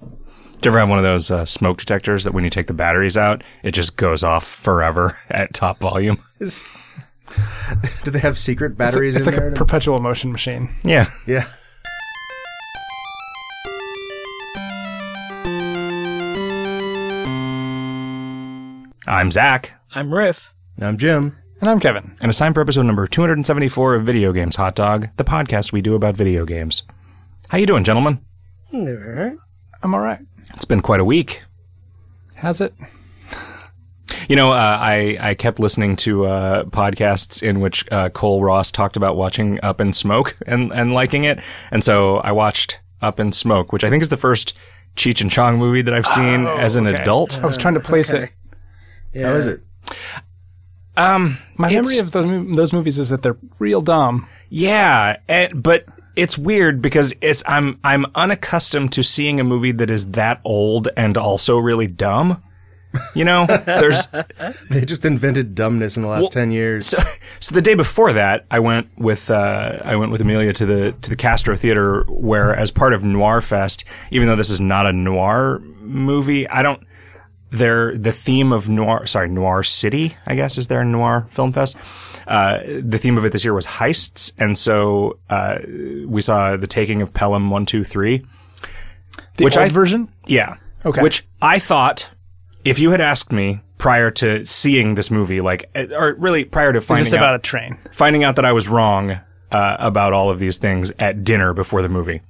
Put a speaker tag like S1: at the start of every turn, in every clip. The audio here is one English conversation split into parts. S1: Do you ever have one of those uh, smoke detectors that when you take the batteries out, it just goes off forever at top volume?
S2: Do they have secret batteries
S3: It's
S2: in
S3: like
S2: there?
S3: a perpetual motion machine.
S1: yeah.
S2: yeah.
S1: I'm Zach,
S4: I'm Riff.
S2: I'm Jim.
S3: And I'm Kevin.
S1: and it's time for episode number 274 of Video Games Hot Dog, the podcast we do about video games. How you doing, gentlemen?
S3: I'm all right.
S1: It's been quite a week.
S3: Has it?
S1: You know, uh, I I kept listening to uh, podcasts in which uh, Cole Ross talked about watching Up in Smoke and and liking it, and so I watched Up in Smoke, which I think is the first Cheech and Chong movie that I've seen as an
S3: okay.
S1: adult.
S3: I was trying to
S2: Uh,
S3: place it.
S4: Yeah.
S2: How is it?
S1: Um,
S3: My
S1: It's-
S3: memory of those, mov- those movies is that they're real dumb.
S1: yeah, eh, but it's weird because it's I'm I'm unaccustomed to seeing a movie that is that old and also really dumb. You know, there's
S2: They just invented dumbness in the last ten years.
S1: so, so the day before that, I went with uh, I went with Amelia to the to the Castro Theater, where as part of Noir Fest, even though this is not a noir movie, I don't. Their the theme of noir, sorry, Noir City, I guess, is their Noir Film Fest. Uh, the theme of it this year was heists, and so uh, we saw the taking of Pelham One Two Three.
S3: The
S1: Which
S3: old
S1: I-
S3: version?
S1: Yeah.
S3: Okay.
S1: Which I thought, if you had asked me prior to seeing this movie, like, eh, or really prior to
S3: Is
S1: finding
S3: this
S1: out,
S3: about a train?
S1: finding out that I was wrong uh, about all of these things at dinner before the movie,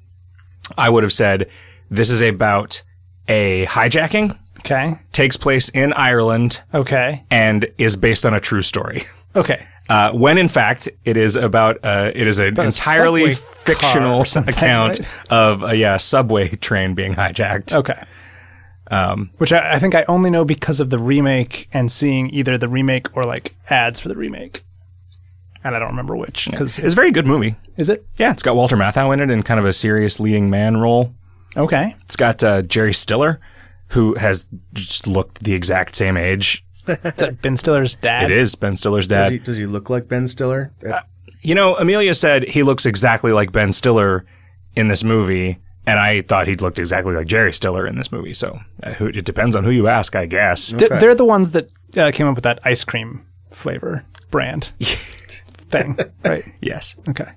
S1: I would have said, This is about a hijacking,
S3: Okay.
S1: takes place in Ireland,
S3: Okay.
S1: and is based on a true story.
S3: Okay.
S1: Uh, when in fact it is about uh, it is an
S3: a
S1: entirely
S3: subway car
S1: fictional
S3: or something,
S1: account
S3: right?
S1: of a yeah subway train being hijacked.
S3: Okay. Um, Which I, I think I only know because of the remake and seeing either the remake or like ads for the remake. And I don't remember which. Because
S1: It's a very good movie.
S3: is it?
S1: Yeah, it's got Walter Matthau in it in kind of a serious leading man role.
S3: Okay.
S1: It's got uh, Jerry Stiller, who has just looked the exact same age
S3: Is that Ben Stiller's dad?
S1: It is Ben Stiller's
S2: does,
S1: dad.
S2: he, does he look like Ben Stiller? Uh,
S1: you know, Amelia said he looks exactly like Ben Stiller in this movie, and I thought he looked exactly like Jerry Stiller in this movie. So uh, who, it depends on who you ask, I guess.
S3: Th- They're the ones that uh, came up with that ice cream flavor brand thing, right?
S1: yes.
S3: Okay.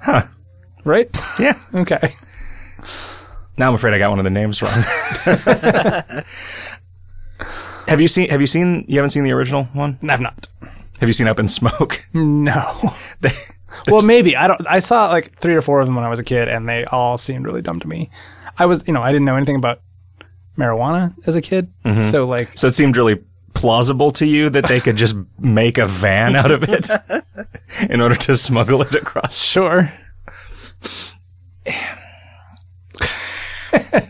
S3: Huh. Right?
S1: Yeah.
S3: Okay.
S1: Now I'm afraid I got one of the names wrong. have you seen? Have you seen? You haven't seen the original one.
S3: I've not.
S1: Have you seen Up in Smoke?
S3: No.
S1: They-
S3: well, maybe I don't. I saw like three or four of them when I was a kid, and they all seemed really dumb to me. I was, you know, I didn't know anything about marijuana as a kid, so like,
S1: so it seemed really plausible to you that they could just make a van out of it in order to smuggle it across
S3: sure.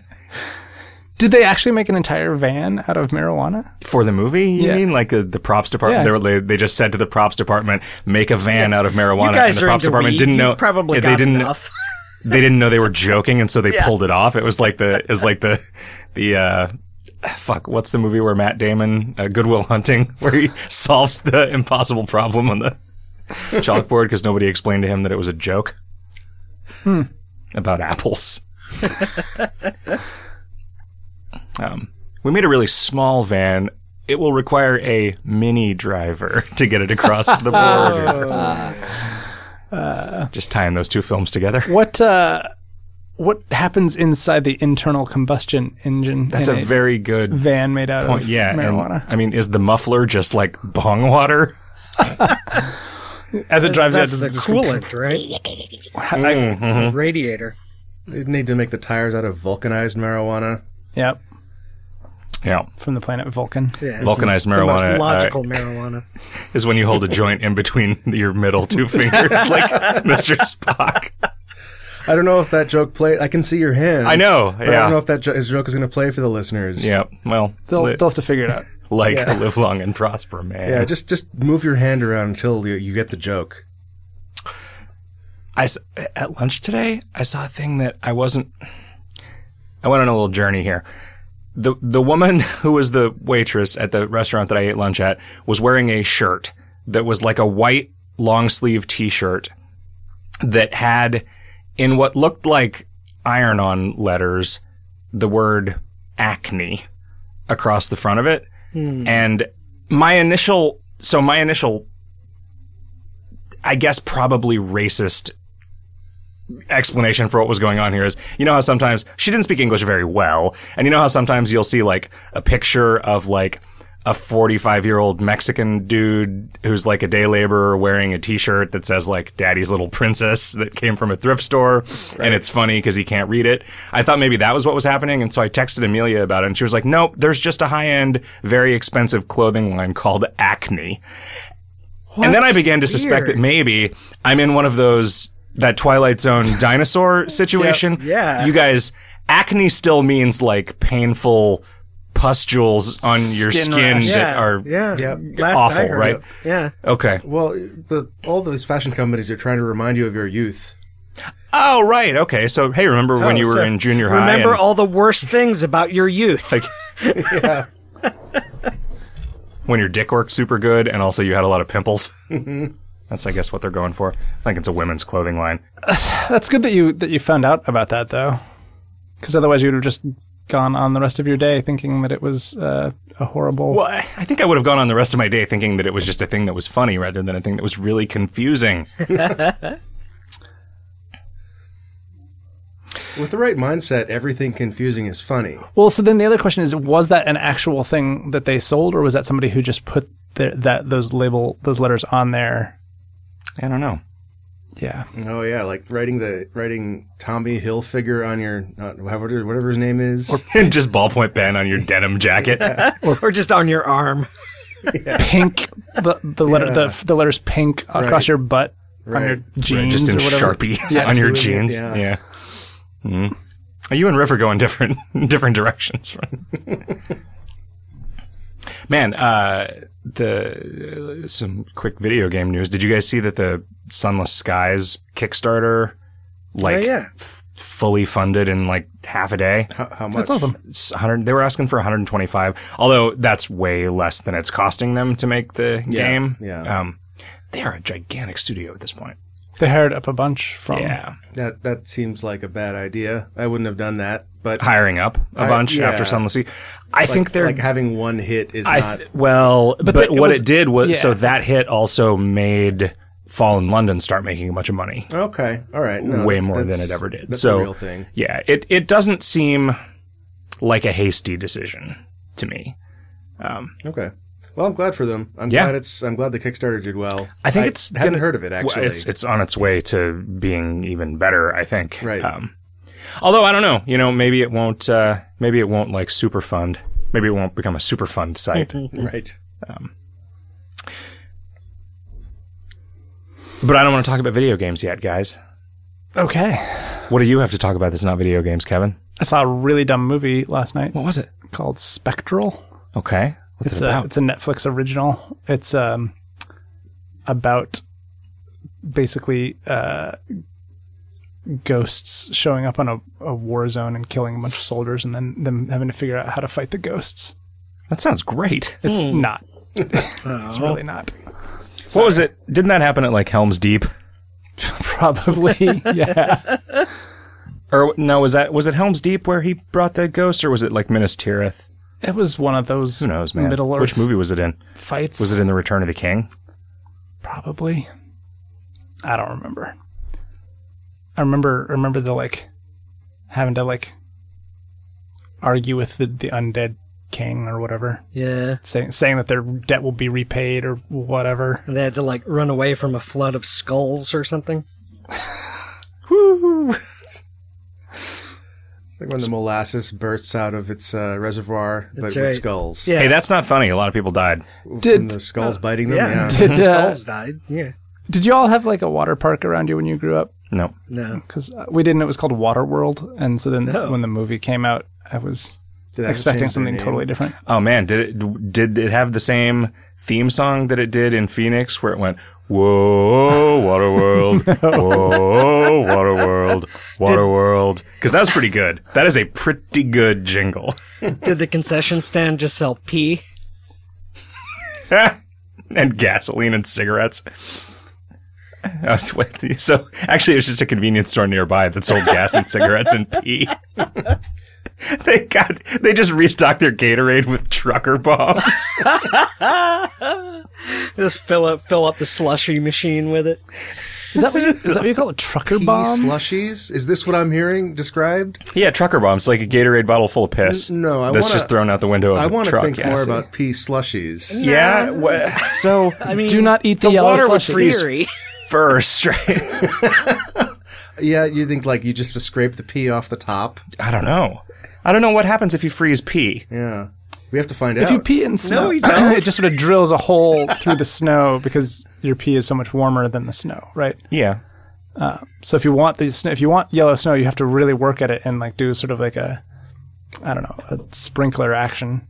S3: Did they actually make an entire van out of marijuana?
S1: For the movie, you
S3: Yeah.
S1: mean like uh, the props department?
S3: Yeah.
S1: They, were, they they just said to the props department, "Make a van out of marijuana."
S4: You guys
S1: and the
S4: are
S1: props
S4: into
S1: department
S4: weed.
S1: didn't know.
S4: You've probably
S1: yeah,
S4: got
S1: they didn't.
S4: enough.
S1: They didn't know they were joking, and so they pulled it off. It was like the it was like the the uh, fuck. What's the movie where Matt Damon, uh, Goodwill Hunting, where he solves the impossible problem on the chalkboard because nobody explained to him that it was a joke about apples. um, we made a really small van. It will require a mini driver to get it across the border. Just tying those two films together.
S3: What uh, what happens inside the internal combustion engine?
S1: That's
S3: in
S1: a very good
S3: van made out
S1: point.
S3: of
S1: Yeah, and,
S3: marijuana
S1: I mean, is the muffler just like bong water?
S3: as it drives out.
S4: That's
S3: does
S4: the
S3: it just-
S4: coolant, right?
S3: Mm-hmm.
S4: Radiator.
S2: they need to make the tires out of vulcanized marijuana.
S3: Yep,
S1: Yeah,
S3: from the planet Vulcan.
S4: Yeah, it's
S1: vulcanized
S4: the
S1: marijuana uh,
S4: most logical marijuana.
S1: is when you hold a joint in between your middle two fingers, like Mr. Spock.
S2: I don't know if that joke play. I can see your hand.
S1: I know.
S2: But
S1: yeah.
S2: I don't know if that jo- his joke is going to play for the listeners.
S1: yeah. Well,
S3: They'll,
S1: li-
S3: they'll have to figure it out.
S1: like live long and prosper, man.
S2: Yeah, just just move your hand around until you, you get the joke.
S1: I s- at lunch today I saw a thing that I wasn't. I went on a little journey here. the The woman who was the waitress at the restaurant that I ate lunch at was wearing a shirt that was like a white long sleeve T shirt that had, in what looked like iron on letters, the word acne across the front of it. And my initial, so my initial, I guess probably racist explanation for what was going on here is you know how sometimes she didn't speak English very well, and you know how sometimes you'll see like a picture of like a 45 year old Mexican dude who's like a day laborer wearing a t shirt that says like Daddy's Little Princess that came from a thrift store, and it's funny because he can't read it. I thought maybe that was what was happening, and so I texted Amelia about it, and she was like, Nope, there's just a high end, very expensive clothing line called Acne. And then I began to suspect that maybe I'm in one of those that Twilight Zone dinosaur situation.
S4: yeah.
S1: You guys, acne still means like painful pustules on your
S3: Skin
S1: skin
S3: rash.
S1: that
S4: Yeah,
S1: are
S4: yeah.
S2: Yep.
S4: Last
S1: awful,
S4: I heard,
S1: right?
S4: Yeah.
S1: Okay.
S2: Well, the, all those fashion companies are trying to remind you of your youth.
S1: Oh, right. Okay. So, hey, remember when
S4: Oh,
S1: you were
S4: so
S1: in junior high?
S4: Remember
S1: and
S4: all the worst things about your youth.
S1: Like- when your dick worked super good and also you had a lot of pimples?
S4: Mm-hmm.
S1: That's, I guess, what they're going for. I think it's a women's clothing line.
S3: That's good that you that you found out about that though, because otherwise you would have just gone on the rest of your day thinking that it was uh, a horrible.
S1: Well, I I think I would have gone on the rest of my day thinking that it was just a thing that was funny rather than a thing that was really confusing.
S2: With the right mindset, everything confusing is funny.
S3: Well, so then the other question is: Was that an actual thing that they sold, or was that somebody who just put their, that those label those letters on there?
S1: I don't know.
S3: Yeah,
S2: Oh yeah, like writing the writing Tommy Hill figure on your not, whatever whatever his name is.
S1: and just ballpoint pen on your denim jacket.
S4: or just on your arm.
S3: pink. the the letter the, the letters pink across
S2: Right.
S3: your butt on your
S2: Right.
S3: jeans
S1: just in
S3: or whatever.
S1: Sharpie on your
S2: tattooing it,
S1: jeans.
S2: yeah.
S1: yeah. Mhm. You and Riff are going different different directions. From. Man, uh, the uh, some quick video game news. Did you guys see that the Sunless Skies Kickstarter like
S4: Oh, yeah.
S1: f- fully funded in like half a day?
S2: How, how much?
S3: That's awesome.
S1: It's 100 they were asking for 125 although that's way less than it's costing them to make the
S2: Yeah,
S1: game
S2: yeah.
S1: um they are a gigantic studio at this point Um,
S3: They hired up a bunch from.
S1: yeah
S2: That that seems like a bad idea. I wouldn't have done that. But
S1: hiring up a
S2: Hi-
S1: bunch
S2: yeah.
S1: after sunless sea i think they're
S2: like having one hit is
S1: I
S2: not.
S1: th- well but,
S3: the- it
S1: what
S3: was-
S1: it did was
S3: yeah.
S1: so that hit also made fall in london start making a bunch of money
S2: okay, all right. No,
S1: way
S2: that's-
S1: more than
S2: that's-
S1: it ever did
S2: That's
S1: so
S2: a real thing.
S1: yeah it, it doesn't seem like a hasty decision to me
S2: Okay. Well, I'm glad for them. I'm
S1: Yeah.
S2: glad it's. I'm glad the Kickstarter did well.
S1: I think it's
S2: hadn't
S1: gonna-
S2: heard of it
S1: Well,
S2: actually.
S1: it's it's on its way to being even better, I think.
S2: Right.
S1: Um, although I don't know, you know, maybe it won't. Uh, maybe it won't like super fund. Maybe it won't become a super fund site.
S2: right.
S1: but I don't want to talk about video games yet, guys.
S3: Okay,
S1: What do you have to talk about that's not video games, Kevin?
S3: I saw a really dumb movie last night
S1: What was it?
S3: called Spectral.
S1: Okay. What's
S3: it's
S1: it
S3: a
S1: about?
S3: it's a Netflix original. It's um about basically uh ghosts showing up on a, a war zone and killing a bunch of soldiers and then them having to figure out how to fight the ghosts.
S1: that sounds great.
S3: It's
S2: Hmm.
S3: not. it's really
S2: Oh.
S3: not.
S1: What was it? Didn't that happen at like Helm's Deep?
S3: Probably. yeah.
S1: Or no, was that was it Helm's Deep where he brought the ghost, or was it like Minas Tirith?
S3: It was one of those
S1: Who knows, man?
S3: Middle Earth
S1: Which movie was it in?
S3: fights.
S1: Was it in The Return of the King?
S3: probably? I don't remember. I remember I remember the like having to like argue with the, the undead king or whatever,
S4: Yeah.
S3: saying saying that their debt will be repaid or whatever.
S4: And they had to like run away from a flood of skulls or something.
S2: It's like when the molasses bursts out of its uh, reservoir, but
S4: That's
S2: with
S4: right.
S2: skulls.
S4: Yeah.
S1: Hey, that's not funny. A lot of people died.
S2: From
S3: Did
S2: the skulls biting them.
S4: yeah.
S2: Yeah.
S3: did uh,
S4: skulls died. Yeah.
S3: did you all have like a water park around you when you grew up?
S1: No.
S4: No.
S3: Because we didn't. It was called Water World, and so then
S4: No.
S3: when the movie came out, I was
S2: Did that
S3: expecting
S2: change their
S3: something
S2: name?
S3: totally different.
S1: Oh man, did it did it have the same theme song that it did in Phoenix, where it went "Whoa, Waterworld, Whoa, Waterworld, Waterworld"? Because that was pretty good. That is a pretty good jingle.
S4: Did the concession stand just sell pee?
S1: and gasoline and cigarettes. I was with- So actually, it was just a convenience store nearby that sold gas and cigarettes and pee. they got they just restocked their Gatorade with trucker bombs.
S4: Just fill up fill up the slushy machine with it.
S3: Is that what you, is that what you call it? Trucker
S2: Pea
S3: bombs?
S2: slushies? Is this what I'm hearing described?
S1: yeah, trucker bombs, like a Gatorade bottle full of piss.
S2: No, I
S1: that's
S2: wanna-
S1: just thrown out the window of
S2: I
S1: a
S2: want to
S1: truck.
S2: think
S1: yeah,
S2: more
S1: see.
S2: about pea slushies.
S1: Yeah, wha-
S3: So do not eat the,
S1: the
S3: yellow
S1: water would
S3: slushy.
S1: freeze.
S5: Theory.
S1: first, right?
S2: Yeah, you think like you just scrape the pea off the top?
S1: I don't know. I don't know what happens if you freeze pee.
S2: Yeah, we have to find
S3: If
S2: out.
S3: you pee in snow,
S4: you don't.
S3: it just sort of drills a hole through the snow because your pee is so much warmer than the snow, right?
S1: Yeah.
S3: So if you want the snow, if you want yellow snow, you have to really work at it and like do sort of like a, I don't know, a sprinkler action.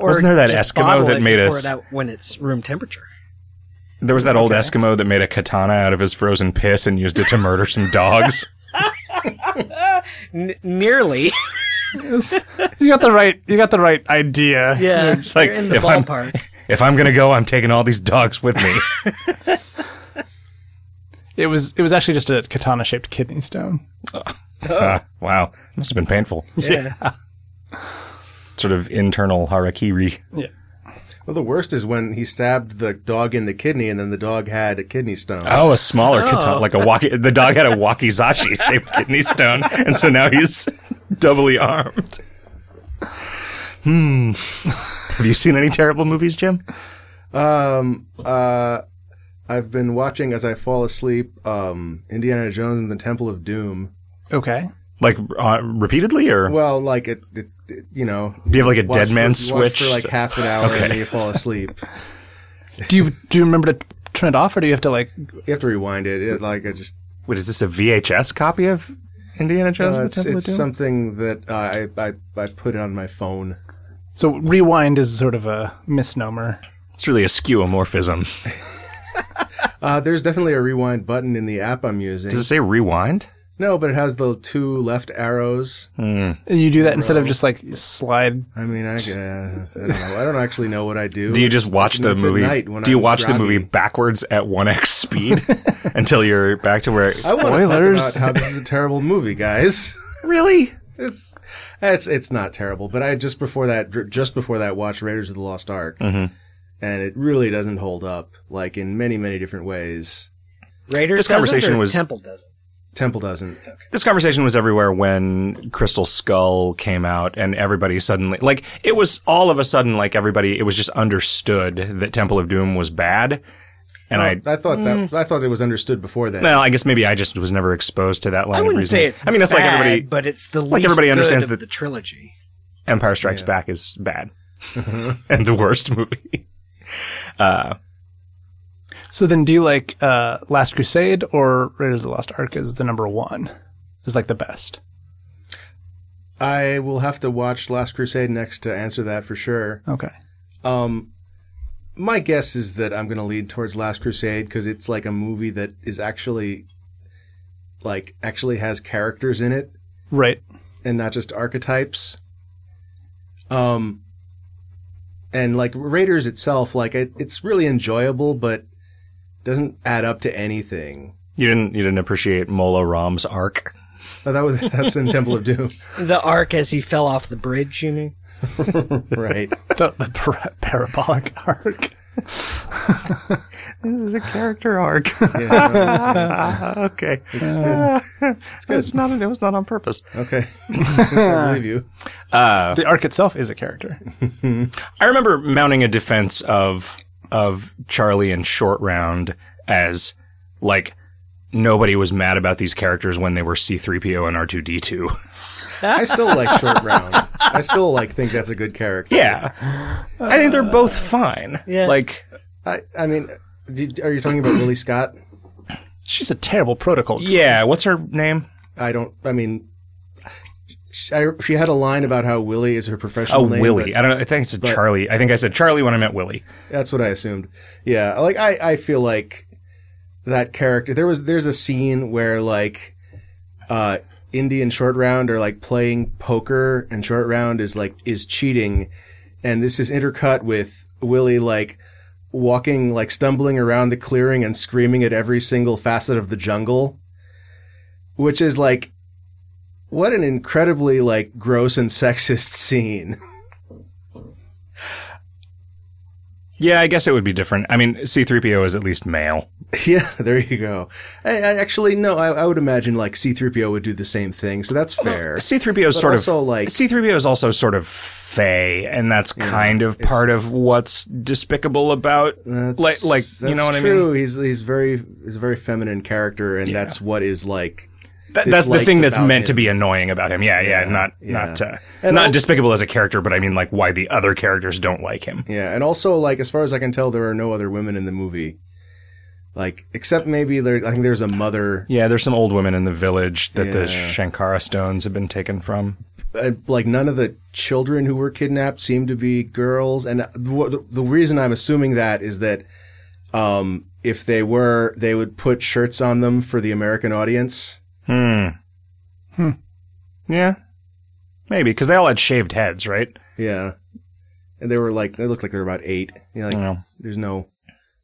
S4: Or
S1: Wasn't there that
S4: just
S1: Eskimo
S4: bottle
S1: that
S4: it
S1: made
S4: and
S1: us-
S4: pour it out when it's room temperature?
S1: There was that old Eskimo that made a katana out of his frozen piss and used it to murder some dogs.
S4: N- nearly.
S3: you got the right, you got the right idea.
S4: Yeah.
S1: It's like,
S4: you're in the
S1: if I'm-
S4: ballpark.
S1: if I'm gonna go, I'm taking all these dogs with me.
S3: It was, it was actually just a katana shaped kidney stone.
S1: Ah, wow, must have been painful.
S4: Yeah.
S1: Sort of internal harakiri.
S2: well, the worst is when he stabbed the dog in the kidney, and then the dog had a kidney stone.
S1: Oh, a smaller katana, like a waki. The dog had a wakizashi shaped kidney stone, and so now he's doubly armed. Hmm. Have you seen any terrible movies, Jim?
S2: I've been watching as I fall asleep. Um, Indiana Jones and the Temple of Doom.
S3: Okay.
S1: Like uh, repeatedly, or
S2: Well, like it, it, it you know,
S1: do you have like a dead
S2: watch
S1: man
S2: for, you
S1: switch?
S2: watch for like half an hour,
S1: Okay.
S2: and then you fall asleep.
S3: Do you do you remember to turn it off, or do you have to like?
S2: You have to rewind it. it like I just,
S1: What is this? A VHS copy of Indiana
S2: uh,
S1: Jones? and the
S2: it's,
S1: Temple of
S2: it's
S1: Doom?
S2: something that uh, I, I I put on my phone.
S3: So rewind is sort of a misnomer.
S1: It's really a skeuomorphism.
S2: Uh, there's definitely a rewind button in the app I'm using.
S1: Does it say rewind?
S2: No, but it has the two left arrows.
S3: And you do that instead of just like slide.
S2: I mean, I, guess, I don't know. I don't actually know what I do.
S1: Do you just watch the
S2: It's at
S1: movie?
S2: night when
S1: Do you
S2: I'm
S1: watch the
S2: groggy.
S1: movie backwards at 1x speed until you're back to where
S2: I want to talk about
S3: Spoilers.
S2: how this is a terrible movie, guys.
S1: Really?
S2: It's it's it's not terrible, but I just before that dr- just before that watched Raiders of the Lost Ark,
S1: Mm-hmm.
S2: and it really doesn't hold up like in many many different ways.
S4: Raiders.
S1: This
S4: does it
S1: conversation
S4: or
S1: was-
S4: Temple does it.
S2: Temple doesn't.
S1: This conversation was everywhere when Crystal Skull came out and everybody suddenly like it was all of a sudden like everybody it was just understood that Temple of Doom was bad. And I
S2: Oh, I thought that I thought it was understood before that.
S1: well, I guess maybe I just was never exposed to that line
S4: I
S1: of
S4: wouldn't
S1: reasoning.
S4: say it's.
S1: I mean, it's like
S4: bad,
S1: everybody
S4: but it's the least
S1: like everybody
S4: good
S1: understands
S4: of
S1: that-
S4: the trilogy.
S1: Empire Strikes Back is bad and the worst movie.
S3: So then, do you like uh, Last Crusade or Raiders of the Lost Ark is the number one? Is like the best.
S2: I will have to watch Last Crusade next to answer that for sure.
S3: Okay.
S2: Um, my guess is that I'm going to lead towards Last Crusade because it's like a movie that is actually, like, actually has characters in it
S3: Right.
S2: and not just archetypes. Um, and like Raiders itself, like it, it's really enjoyable, but doesn't add up to anything.
S1: You didn't you didn't appreciate Mola Ram's arc.
S2: Oh, that was that's in Temple of Doom,
S4: The arc as he fell off the bridge. You mean?
S2: right?
S3: The, the par- parabolic arc.
S1: This is a character arc.
S2: Yeah,
S1: okay. Uh, It's, not. It was not on purpose.
S2: okay, I believe you.
S3: the arc itself is a character.
S1: I remember mounting a defense of of Charlie and Short Round as like nobody was mad about these characters when they were C three PO and R two D two.
S2: I still like Short Round. I still like think that's a good character.
S1: Yeah, I think they're both fine.
S4: yeah.
S1: Like
S2: I, I mean, do, are you talking about Willie Scott?
S3: She's a terrible protocol.
S1: yeah, what's her name?
S2: I don't. I mean, she, I, she had a line about how Willie is her professional
S1: Oh,
S2: name.
S1: Willie.
S2: but
S1: I don't. know. I think it's a Charlie. I think I said Charlie when I meant Willie.
S2: That's what I assumed. Yeah, like I, I feel like that character. There was there's a scene where like, uh, Indy and Short Round are like playing poker, and Short Round is like is cheating, and this is intercut with Willie like walking like stumbling around the clearing and screaming at every single facet of the jungle which is like what an incredibly like gross and sexist scene.
S1: Yeah, I guess it would be different. I mean, C3PO is at least male.
S2: yeah, there you go. I, I actually no, I, I would imagine like C-3PO would do the same thing, so that's fair.
S1: C3PO is
S2: But
S1: sort
S2: also,
S1: of
S2: like-
S1: C3PO is also sort of fey and that's kind of part of what's despicable about
S2: That's,
S1: like like you
S2: that's
S1: know what I mean?
S2: true. He's he's very he's a very feminine character, and that's what is like.
S1: That, that's the
S2: disliked
S1: thing that's
S2: about
S1: meant
S2: him.
S1: to be annoying about him. Yeah, yeah, not
S2: yeah.
S1: not uh,
S2: And
S1: not
S2: al-
S1: despicable as a character, but I mean like why the other characters don't like him.
S2: Yeah, and also like as far as I can tell, there are no other women in the movie, like except maybe there. I think there's a mother,
S1: Yeah, there's some old women in the village that the
S2: Yeah.
S1: Shankara stones have been taken from.
S2: uh, like none of the children who were kidnapped seem to be girls, and uh, the, the reason I'm assuming that is that um, if they were, they would put shirts on them for the American audience.
S1: Hmm.
S3: Hmm.
S1: Yeah. Maybe because they all had shaved heads, right?
S2: Yeah, and they were like they looked like they were about eight. You know, like,
S1: you know.
S2: there's no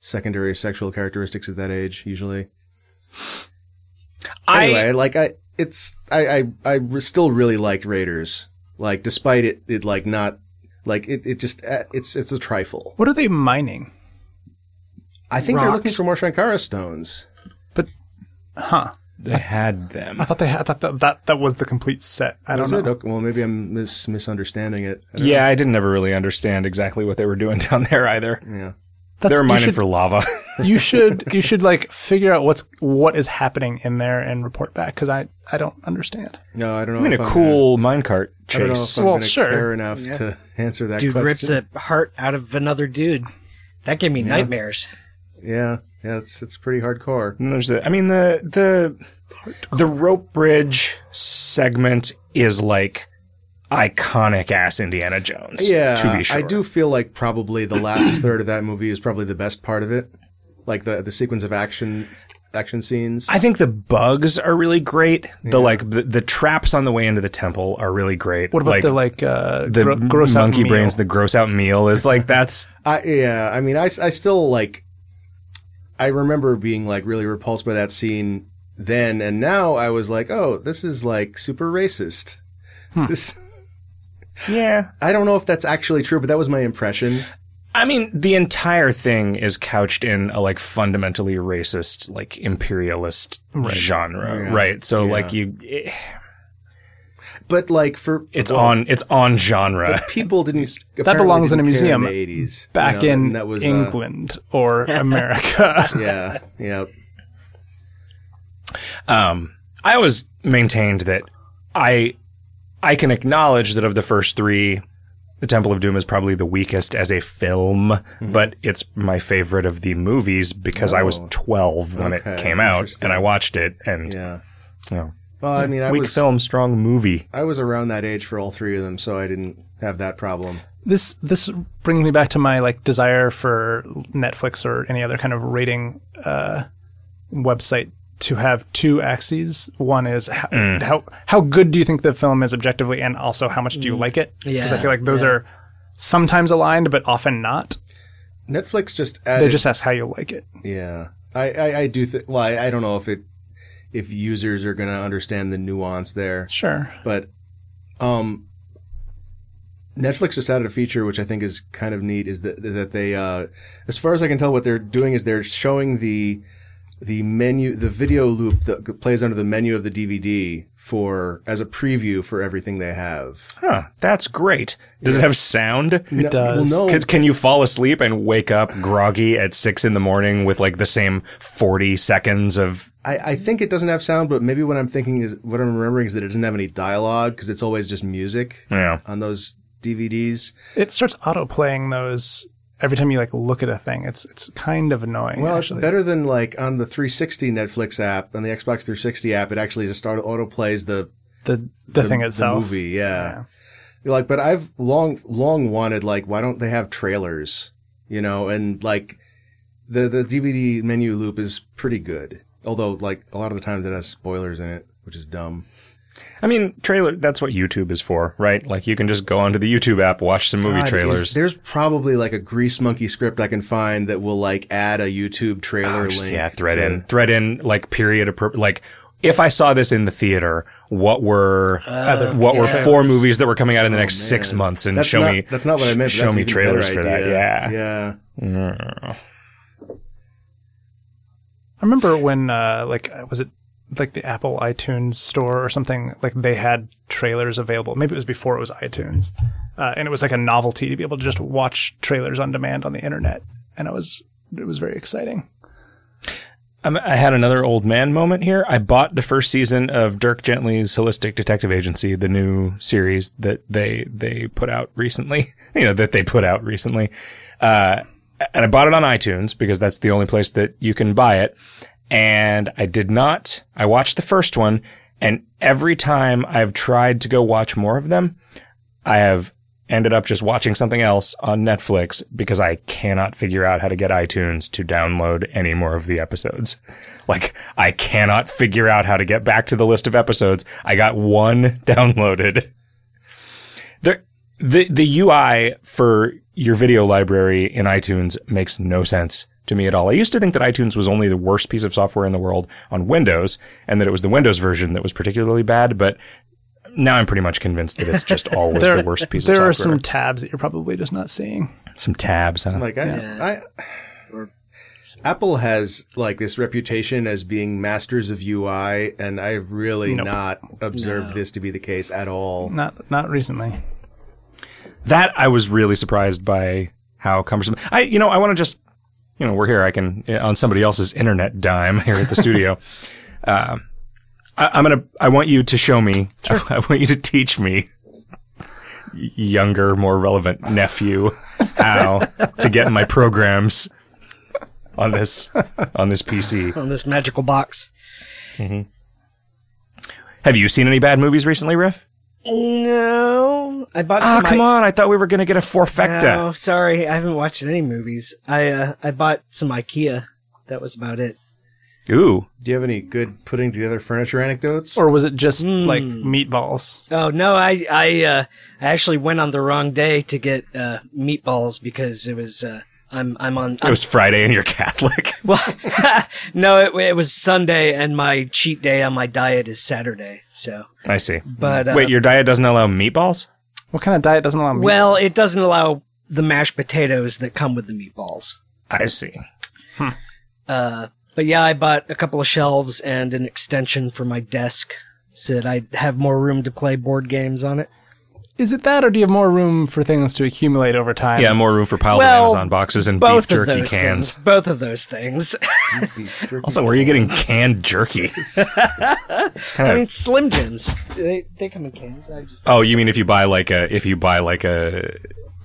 S2: secondary sexual characteristics at that age usually.
S1: I
S2: Anyway, like I, it's I I, I re- still really liked Raiders. Like despite it, it like not like it, it just uh, it's it's a trifle.
S3: What are they mining?
S2: I think they're
S4: Rocks.
S2: looking for more Shankara stones.
S3: Huh?
S1: they had them.
S3: I thought they had, I thought that, that that was the complete set. I don't
S2: Is
S3: know.
S2: it? Okay, well, maybe I'm mis- misunderstanding it. I don't
S1: Yeah, I didn't ever really understand exactly what they were doing down there either.
S2: know. Yeah.
S3: That's,
S1: they were
S3: you
S1: mining
S3: should-
S1: for lava.
S3: you should you should like figure out what's what is happening in there and report back because I I don't understand.
S2: No, I don't know.
S1: I mean,
S2: if
S1: a
S2: I'm
S1: cool minecart
S2: Gonna, I don't know
S1: chase.
S2: if I'm
S3: Well,
S2: gonna
S3: sure.
S2: care enough to answer that
S4: Dude
S2: question.
S4: rips a heart out of another dude. That gave me nightmares.
S2: Yeah, yeah, it's it's pretty hardcore.
S1: And there's the, I mean, the the the rope bridge segment is like iconic ass Indiana Jones.
S2: Yeah,
S1: to be sure.
S2: I do feel like probably the last third of that movie is probably the best part of it, like the the sequence of action action scenes.
S1: I think the bugs are really great. The like the, the traps on the way into the temple are really great.
S3: What about
S1: like,
S3: the like uh,
S1: the
S3: gro- gross out
S1: monkey
S3: meal?
S1: brains? The gross out meal is like that's
S2: I yeah, I mean, I, s- I still like. I remember being like really repulsed by that scene then, and now I was like, oh, this is like super racist.
S3: Hmm.
S2: This
S1: yeah.
S2: I don't know if that's actually true, but that was my impression.
S1: I mean, the entire thing is couched in a like fundamentally racist, like imperialist genre,
S2: Yeah.
S1: right? So
S2: Yeah.
S1: like you, it-
S2: But like for
S1: it's
S2: well,
S1: on it's on genre.
S2: people didn't
S3: That belongs in a
S2: apparently didn't care
S3: museum.
S2: the 80s, you
S3: Back
S2: know,
S3: in
S2: and that was uh,
S3: England or America.
S2: yeah, yeah.
S1: Um, I always maintained that I I can acknowledge that of the first three, the Temple of Doom is probably the weakest as a film, but it's my favorite of the movies because I was
S2: Mm-hmm. Oh.
S1: twelve when it
S2: Okay,
S1: came out
S2: interesting.
S1: and I watched it and
S2: Yeah.
S1: you know,
S2: Well, I mean, I
S1: weak
S2: was
S1: film, strong movie.
S2: I was around that age for all three of them, so I didn't have that problem.
S3: this this brings me back to my like desire for Netflix or any other kind of rating uh, website to have two axes. One is how,
S1: Mm.
S3: how how good do you think the film is objectively, and also how much do
S2: Mm.
S3: you like it? Because I
S4: Yeah,
S3: feel like those are sometimes aligned, but often not.
S2: Netflix just
S3: They
S2: added.
S3: just ask how you like it.
S2: yeah, I I, I do. Th- well, I, I don't know if it if users are going to understand the nuance there,
S3: Sure.
S2: but um, Netflix just added a feature which I think is kind of neat. Is that that they, uh, as far as I can tell, what they're doing is they're showing the the menu, the video loop that plays under the menu of the DVD for as a preview for everything they have.
S1: Huh, that's great. Does it have sound?
S2: It
S3: does.
S2: Well, no,
S1: Can, can you fall asleep and wake up groggy at six in the morning with like the same 40 seconds of.
S2: I, I think it doesn't have sound, but maybe what I'm thinking is what I'm remembering is that it doesn't have any dialogue because it's always just music
S1: Yeah.
S2: on those DVDs.
S3: It starts auto playing those every time you like look at a thing. It's it's kind of annoying.
S2: Well,
S3: actually.
S2: it's better than like on the 360 Netflix app and the Xbox 360 app. It actually just auto auto plays the
S3: the, the thing itself.
S2: movie. Yeah. like, but I've long long wanted like why don't they have trailers? You know, and like the the DVD menu loop is pretty good, although like a lot of the times it has spoilers in it, which is dumb.
S1: I mean, trailer, that's what YouTube is for, right? Like you can just go onto the YouTube app, watch some movie
S2: God, is-
S1: trailers.
S2: there's probably like a Grease Monkey script I can find that will like add a YouTube trailer
S1: Ah, Just,
S2: link.
S1: yeah, thread
S2: to-
S1: in. Thread in like period appro- like if I saw this in the theater, what were what were four movies that were coming out in the next six months, and
S2: Oh, That's
S1: show
S2: not,
S1: me
S2: That's not what I meant. but
S1: Show
S2: that's
S1: me
S2: an even better
S1: trailers for that.
S2: idea.
S1: Yeah.
S2: Yeah.
S3: I remember when, uh, like, was it like the Apple iTunes store or something? Like, they had trailers available. Maybe it was before it was iTunes. Uh, and it was like a novelty to be able to just watch trailers on demand on the internet. And it was, it was very exciting.
S1: Um, I had another old man moment here. I bought the first season of Dirk Gently's Holistic Detective Agency, the new series that they they put out recently. You know that they put out recently, uh, and I bought it on iTunes because that's the only place that you can buy it. And I did not. I watched the first one, and every time I've tried to go watch more of them, I have ended up just watching something else on Netflix because I cannot figure out how to get iTunes to download any more of the episodes. Like, I cannot figure out how to get back to the list of episodes. I got one downloaded. There, the, the UI for your video library in iTunes makes no sense to me at all. I used to think that iTunes was only the worst piece of software in the world on Windows and that it was the Windows version that was particularly bad, but now I'm pretty much convinced that it's just always the worst piece
S3: there are
S1: of software.
S3: some tabs that you're probably just not seeing.
S1: some tabs, huh?
S2: Like I, I, Apple has like this reputation as being masters of UI, and I've really not observed this to be the case at all.
S3: Not, not recently.
S1: that I was really surprised by how cumbersome. I, you know, I want to just, you know, we're here. I can eh, on somebody else's internet dime here at the studio. Um, I, I'm gonna. I want you to show me. I, want you to teach me, y- younger, more relevant nephew, how to get my programs on this on this PC.
S4: on this magical box.
S1: Have you seen any bad movies recently, Riff?
S4: No, I bought.
S1: Ah,
S4: some
S1: come
S4: i-
S1: on! I thought we were gonna get a forfecta.
S4: No, sorry, I haven't watched any movies. I uh, I bought some IKEA. That was about it.
S1: Ooh,
S2: Do you have any good putting together furniture anecdotes?
S3: Or was it just like meatballs?
S4: Oh no, I I uh, I actually went on the wrong day to get uh, meatballs because it was uh, I'm I'm on.
S1: it
S4: I'm,
S1: was Friday and you're Catholic.
S4: well, no, it, it was Sunday, and my cheat day on my diet is Saturday. So,
S1: I see.
S4: but uh,
S1: Wait, your diet doesn't allow meatballs?
S3: What kind of diet doesn't allow meatballs?
S4: well, it doesn't allow the mashed potatoes that come with the meatballs.
S1: I see.
S4: Uh, but yeah, I bought a couple of shelves and an extension for my desk so that I'd have more room to play board games on it.
S3: is it that, or do you have more room for things to accumulate over time?
S1: Yeah, more room for piles
S4: Well,
S1: of Amazon boxes and beef
S4: Both of
S1: jerky
S4: those
S1: cans.
S4: things. Both of those things.
S1: Also, where are you getting canned jerky? it's kind
S4: I
S1: of.
S4: mean, Slim Jims. They, they come in cans. I just
S1: oh, you mean if you buy like a if you buy like a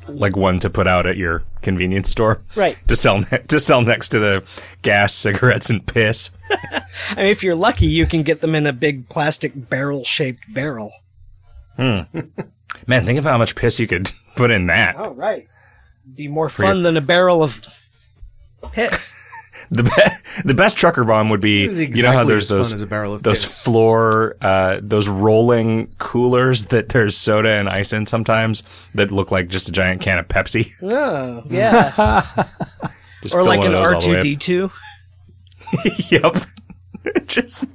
S1: like one to put out at your convenience store,
S4: Right.
S1: To sell ne- to sell next to the gas, cigarettes, and piss.
S4: I mean, if you're lucky, you can get them in a big plastic barrel-shaped barrel.
S1: Man, think of how much piss you could put in that.
S4: Oh, right. Be more fun than a barrel of piss.
S1: The be- the best trucker bomb would be
S2: was
S1: you know how
S2: exactly
S1: there's
S2: as fun
S1: those
S2: as a barrel of
S1: those
S2: piss.
S1: floor uh, those rolling coolers that there's soda and ice in sometimes that look like just a giant can of Pepsi.
S4: Oh, yeah.
S1: Just
S4: or
S1: fill
S4: like
S1: one
S4: an
S1: of those all the way up.
S4: R2D2.
S1: Yep. just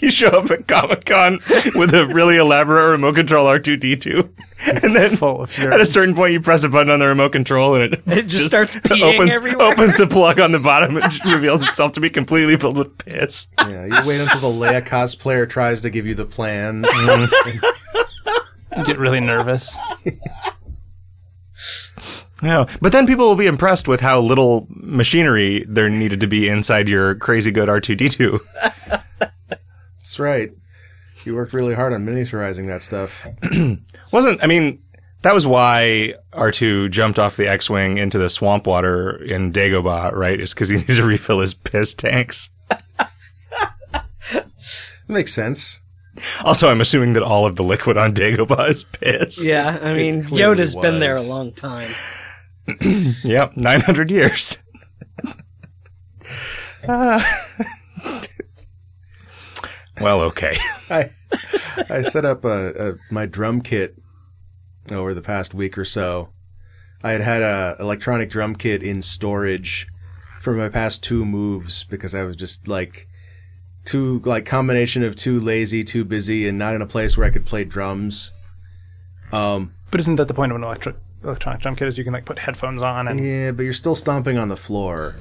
S1: you show up at Comic Con with a really elaborate remote control R2D2, and then
S3: Full of your-
S1: at a certain point you press a button on the remote control and it,
S4: It just starts peeing
S1: opens
S4: everywhere.
S1: opens the plug on the bottom and just reveals itself to be completely filled with piss.
S2: yeah, you wait until the Leia cosplayer tries to give you the plans.
S1: Mm-hmm.
S3: You get really nervous.
S1: No, but then people will be impressed with how little machinery there needed to be inside your crazy good R2D2.
S2: That's right. You worked really hard on miniaturizing that stuff.
S1: Wasn't I mean that was why R2 jumped off the X-wing into the swamp water in Dagobah, right? Is because he needed to refill his piss tanks.
S2: makes sense.
S1: Also, I'm assuming that all of the liquid on Dagobah is piss.
S4: Yeah, I mean,
S2: clearly
S4: Yoda's been there a
S2: was.
S4: long time.
S1: Yep, 900 years. Ah. well, okay.
S2: I I set up a, a my drum kit over the past week or so. I had had a electronic drum kit in storage for my past two moves because I was just like too like combination of too lazy, too busy, and not in a place where I could play drums. Um,
S3: But isn't that the point of an electric electronic drum kit? Is you can like put headphones on and
S2: yeah, but you're still stomping on the floor.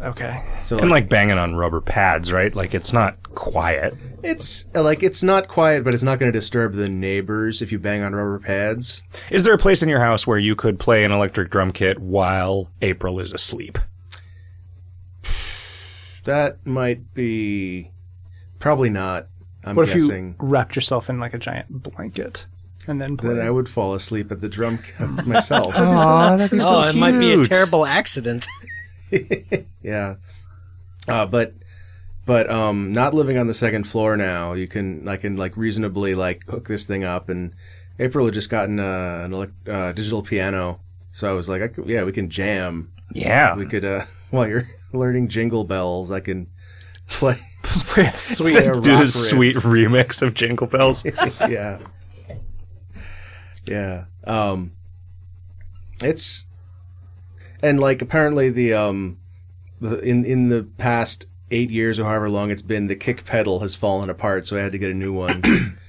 S3: okay,
S2: So
S1: And like banging on rubber pads, right? Like it's not quiet.
S2: It's like it's not quiet, but it's not going to disturb the neighbors if you bang on rubber pads.
S1: Is there a place in your house where you could play an electric drum kit while April is asleep?
S2: That might be probably not. I'm
S3: what if
S2: guessing.
S3: you wrapped yourself in like a giant blanket and then played?
S2: Then I would fall asleep at the drum kit myself.
S3: Aw, that'd be so
S4: oh, it might be a
S1: cute.
S4: terrible accident.
S2: yeah, uh, but but um, not living on the second floor now. You can I can like reasonably like hook this thing up. And April had just gotten uh, an elect- uh, digital piano, so I was like, I could, yeah, we can jam.
S1: Yeah.
S3: Uh-huh.
S2: We could uh, while you're learning Jingle Bells, I can play.
S3: play a sweet.
S2: play a
S1: Do this
S2: rock riff.
S1: sweet remix of Jingle Bells.
S2: yeah. Yeah. Um it's and like apparently the um the, in in the past 8 years or however long it's been the kick pedal has fallen apart so I had to get a new one.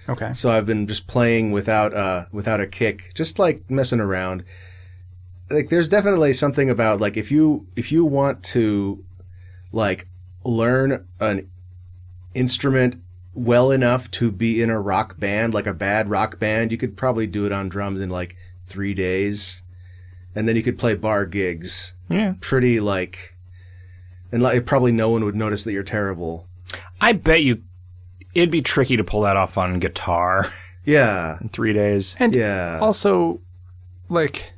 S3: Okay,
S2: so I've been just playing without uh without a kick, just like messing around. Like there's definitely something about like if you if you want to like learn an instrument well enough to be in a rock band, like a bad rock band, you could probably do it on drums in like 3 days. And then you could play bar gigs.
S1: Yeah.
S2: Pretty like and like probably no one would notice that you're terrible.
S1: I bet you it'd be tricky to pull that off on guitar
S2: Yeah.
S1: in three days.
S3: and
S2: Yeah.
S3: also like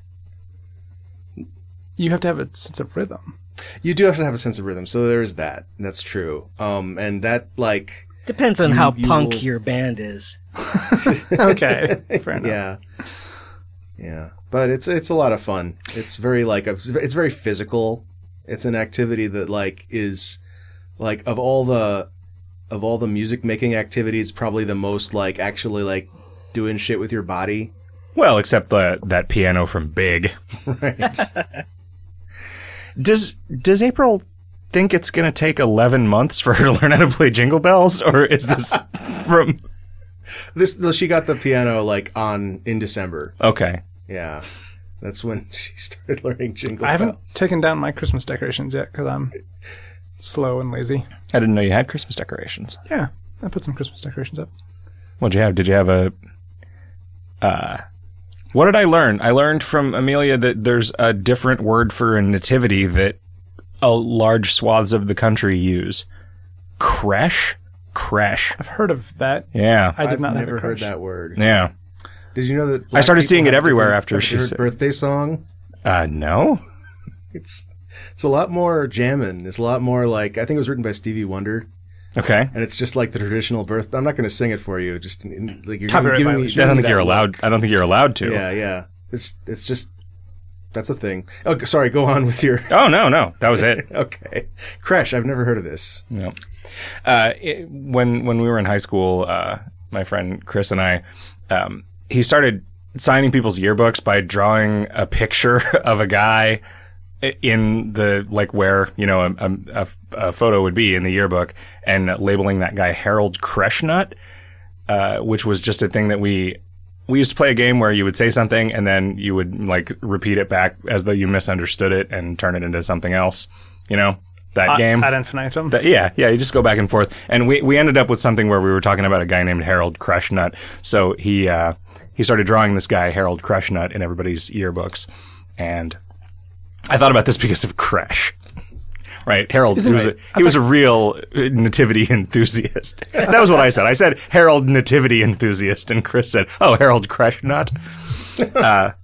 S3: you have to have a sense of rhythm.
S2: You do have to have a sense of rhythm, so there is that. That's true. Um, and that like
S4: Depends on how
S2: you
S4: punk
S2: will-
S4: your band is.
S3: Okay, fair enough.
S2: yeah, yeah. But it's it's a lot of fun. It's very like a, it's very physical. It's an activity that like is like of all the of all the music making activities, probably the most like actually like doing shit with your body.
S1: Well, except the, that piano from Big.
S2: Right.
S1: Does does April think it's going to take 11 months for her to learn how to play Jingle Bells or is this from
S2: this though she got the piano like on in December.
S1: Okay.
S2: Yeah, that's when she started learning jingle.
S3: I haven't
S2: Bells.
S3: taken down my Christmas decorations yet because I'm slow and lazy.
S1: I didn't know you had Christmas decorations.
S3: Yeah, I put some Christmas decorations up.
S1: What'd you have? Did you have a? Uh, what did I learn? I learned from Amelia that there's a different word for a nativity that a large swaths of the country use. Creche, creche.
S3: I've heard of that.
S1: Yeah,
S3: I did
S2: I've
S3: not have
S2: never
S3: a
S2: heard
S3: crush.
S2: that word.
S1: yeah.
S2: Did you know that?
S1: I started
S2: black
S1: seeing it
S2: people have
S1: everywhere
S2: different-
S1: after
S2: have
S1: she
S2: different
S1: said-
S2: birthday song.
S1: Uh, no.
S2: It's it's a lot more jamming. It's a lot more like I think it was written by Stevie Wonder,
S1: Okay.
S2: and it's just like the traditional birth. I'm not going to sing it for you. Just in- in- like you're
S3: Copyright
S2: giving me-
S3: violation.
S1: I don't
S2: giving me
S1: think
S2: that
S1: you're
S2: look.
S1: allowed. I don't think you're allowed to.
S2: Yeah, yeah. It's it's just that's a thing. Oh, sorry. Go on with your
S1: Oh no, no, that was it.
S2: okay. Crash. I've never heard of this.
S1: No. Uh, it, when when we were in high school, uh, my friend Chris and I, um, he started signing people's yearbooks by drawing a picture of a guy i- in the like where you know a, a- a f- a photo would be in the yearbook and labeling that guy Harold Kreshnut, uh, which was just a thing that we. We used to play a game where you would say something and then you would like repeat it back as though you misunderstood it and turn it into something else. You know that game.
S3: Ad infinitum.
S1: That- yeah, yeah, you just go back and forth. And we, we ended up with something where we were talking about a guy named Harold Crushnut. So he uh, he started drawing this guy, Harold Crushnut, in everybody's yearbooks. And I thought about this because of Crash. Right, Harold. He was,
S3: right?
S1: a, he was a real uh, nativity enthusiast. That was what I said. I said Harold nativity enthusiast, and Chris said, "Oh, Harold Crushnut." But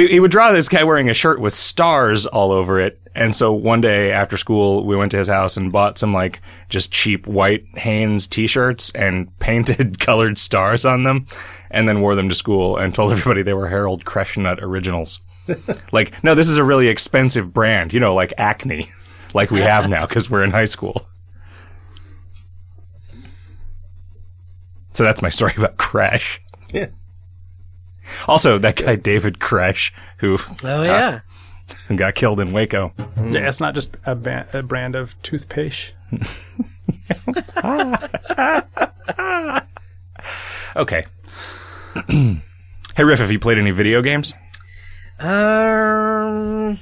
S1: he, he would draw this guy wearing a shirt with stars all over it. And so one day after school, we went to his house and bought some like just cheap white Hanes t-shirts and painted colored stars on them, and then wore them to school and told everybody they were Harold Kreshnut originals. like, no, this is a really expensive brand, you know, like Acne, like we have now because we're in high school. So that's my story about Crash.
S2: Yeah.
S1: Also, that guy David Kresh, who
S4: Oh yeah.
S1: got killed in Waco.
S3: Yeah, it's not just a, ba- a brand of toothpaste.
S1: Okay. hey Riff, have you played any video games?
S4: Um,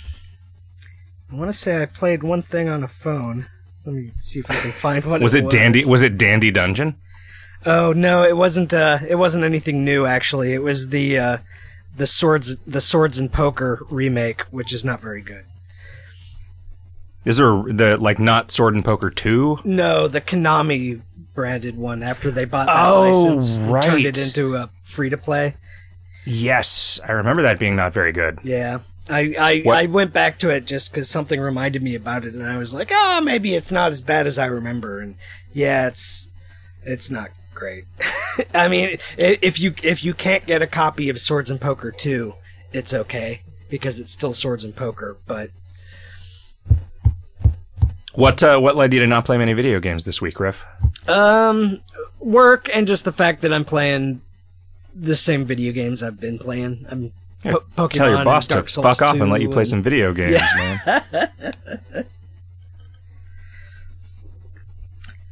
S4: I want to say I played one thing on a phone. Let me see if I can find one.
S1: Was it Dandy? Was it Dandy Dungeon?
S4: Oh no, it wasn't. Uh, it wasn't anything new. Actually, it was the uh, the swords the swords and poker remake, which is not very good.
S1: Is there a- the like not Sword and Poker two?
S4: No, the Konami branded one after they bought that
S1: Oh,
S4: license, and turned
S1: right.
S4: it into a free to play.
S1: Yes, I remember that being not very good.
S4: Yeah. I, I,
S1: What-
S4: I went back to it just because something reminded me about it, and I was like, oh, maybe it's not as bad as I remember. And yeah, it's it's not great. I mean, i- if you if you can't get a copy of Swords and Poker 2, it's okay because it's still Swords and Poker. But
S1: What uh, what led you to not play many video games this week, Riff?
S4: Um, work and just the fact that I'm playing the same video games I've been playing. I'm po- Pokemon.
S1: Tell your boss
S4: and
S1: to
S4: Dark Souls
S1: fuck off and let you
S4: 2
S1: play
S4: and-
S1: some video games, man.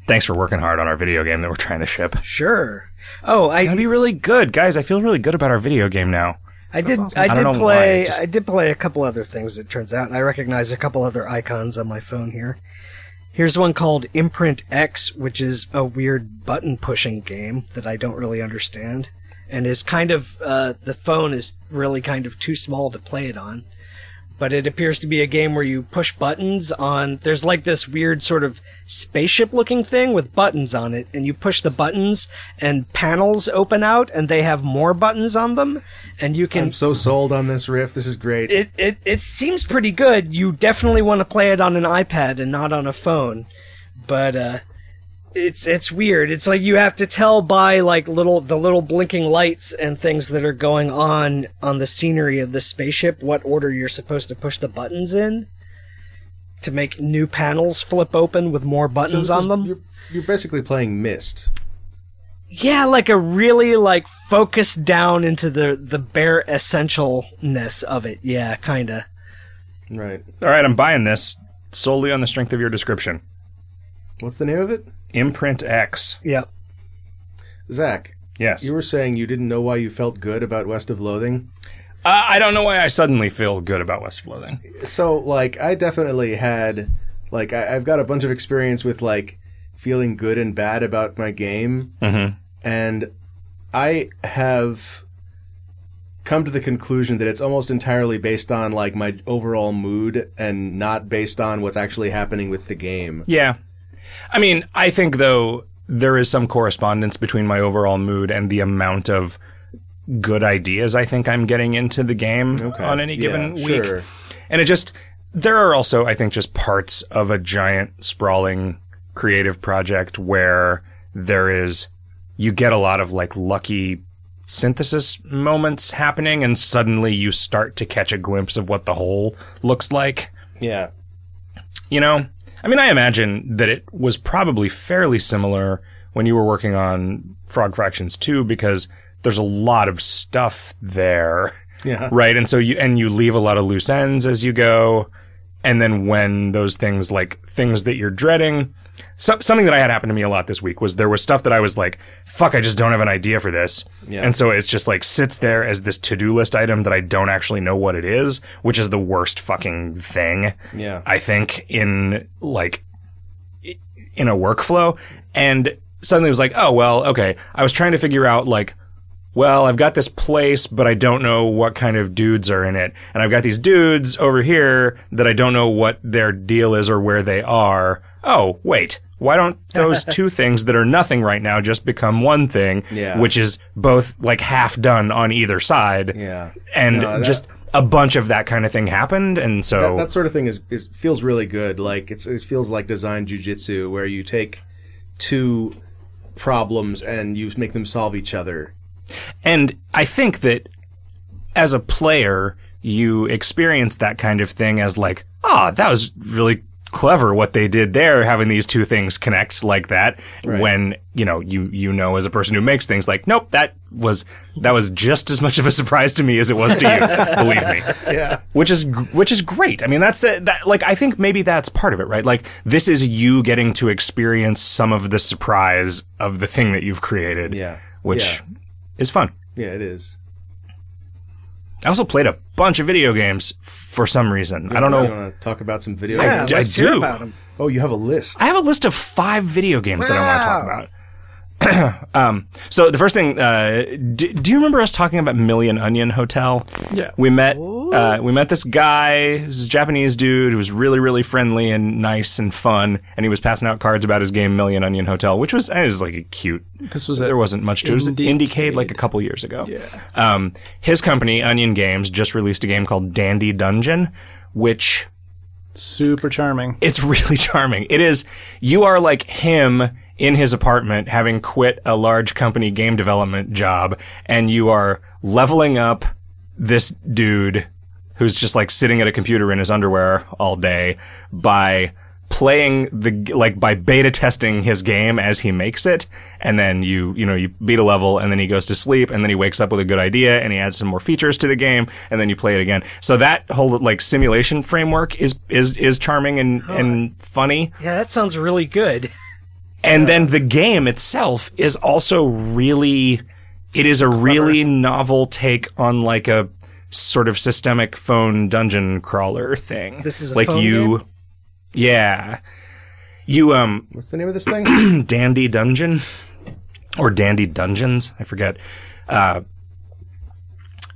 S1: Thanks for working hard on our video game that we're trying to ship.
S4: Sure. Oh,
S1: It's gonna
S4: I
S1: be really good, guys. I feel really good about our video game now.
S4: I did
S1: I
S4: I
S1: don't
S4: did
S1: know why,
S4: play
S1: it just-
S4: I did play a couple other things. It turns out, and I recognize a couple other icons on my phone here. Here's one called Imprint X, which is a weird button pushing game that I don't really understand, and is kind of uh, the phone is really kind of too small to play it on. but it appears to be a game where you push buttons on there's like this weird sort of spaceship looking thing with buttons on it and you push the buttons and panels open out and they have more buttons on them and you can
S2: I'm so sold on this riff. This is great.
S4: it, it it seems pretty good you definitely want to play it on an iPad and not on a phone but uh it's it's weird. It's like you have to tell by like little the little blinking lights and things that are going on on the scenery of the spaceship what order you're supposed to push the buttons in to make new panels flip open with more
S2: So this
S4: buttons
S2: is-
S4: on them.
S2: You're, you're basically playing Mist.
S4: Yeah, like a really like focused down into the the bare essentialness of it. Yeah, kind of.
S2: Right.
S1: All right, I'm buying this solely on the strength of your description.
S2: What's the name of it?
S1: Imprint X.
S4: Yeah.
S2: Zach,
S1: Yes.
S2: you were saying you didn't know why you felt good about West of Loathing.
S1: Uh, I don't know why I suddenly feel good about West Floating.
S2: So, like, I definitely had, like, I, I've got a bunch of experience with, like, feeling good and bad about my game.
S1: Mhm.
S2: And I have come to the conclusion that it's almost entirely based on, like, my overall mood and not based on what's actually happening with the game.
S1: Yeah. I mean, I think though there is some correspondence between my overall mood and the amount of good ideas I think I'm getting into the game on any given
S2: Yeah,
S1: week.
S2: sure.
S1: And it just there are also I think just parts of a giant sprawling creative project where there is you get a lot of like lucky synthesis moments happening and suddenly you start to catch a glimpse of what the whole looks like
S2: Yeah.
S1: you know i mean i imagine that it was probably fairly similar when you were working on frog fractions 2 because there's a lot of stuff there
S2: Yeah.
S1: right and so you and you leave a lot of loose ends as you go and then when those things like things that you're dreading so, something that i had happen to me a lot this week was there was stuff that i was like fuck i just don't have an idea for this
S2: Yeah.
S1: and so it's just like sits there as this to-do list item that i don't actually know what it is which is the worst fucking thing
S2: Yeah.
S1: I think in like i- in a workflow and suddenly it was like, oh well, okay. I was trying to figure out like well, I've got this place, but I don't know what kind of dudes are in it. And I've got these dudes over here that I don't know what their deal is or where they are. Oh, wait. Why don't those two things that are nothing right now just become one thing,
S2: Yeah.
S1: which is both like half done on either side?
S2: Yeah.
S1: And
S2: No, that-
S1: just a bunch of that kind of thing happened. And so
S2: that, that sort of thing is, is feels really good. Like it's it feels like design jujitsu, where you take two problems and you make them solve each other.
S1: And I think that as a player, you experience that kind of thing as like, ah, that was really clever what they did there, having these two things connect like that.
S2: Right.
S1: When you know you you know as a person who makes things, like nope, that was that was just as much of a surprise to me as it was to you. believe me
S2: Yeah.
S1: which is gr- which is great. I mean, that's the, that. Like, I think maybe that's part of it, right? Like, this is you getting to experience some of the surprise of the thing that you've created.
S2: Yeah.
S1: which is fun.
S2: Yeah, it is.
S1: I also played a bunch of video games for some reason. I don't
S2: You
S1: know.
S2: want to talk about some video
S4: Yeah,
S2: games?
S1: d- I
S4: let's hear
S1: do.
S4: about 'em.
S2: Oh, you have a list.
S1: I have a list of five video games that I want to
S4: Wow.
S1: talk about. um, so the first thing, uh, d- do you remember us talking about Million Onion Hotel?
S3: Yeah.
S1: we met uh, we met this guy, this Japanese dude who was really really friendly and nice and fun, and he was passing out cards about his game Million Onion Hotel, which was it was like a cute.
S3: This was
S1: There
S3: at
S1: wasn't much to it. It was at
S3: Indiecade.
S1: Indiecade like a couple years ago. Yeah. Um, his company Onion Games just released a game called Dandy Dungeon, which
S3: super charming.
S1: it's really charming. It is you are like him in his apartment having quit a large company game development job and you are leveling up this dude who's just like sitting at a computer in his underwear all day by playing the g- like by beta testing his game as he makes it and then you you know you beat a level and then he goes to sleep and then he wakes up with a good idea and he adds some more features to the game and then you play it again so that whole like simulation framework is is is charming and and funny
S4: Yeah, that sounds really good.
S1: and then the game itself is also really it is a really novel take on like a sort of systemic phone dungeon crawler thing.
S4: This is a
S1: like
S4: phone
S1: you
S4: game?
S1: Yeah. You um
S2: What's the name of this thing?
S1: Dandy Dungeon or Dandy Dungeons, I forget. Uh,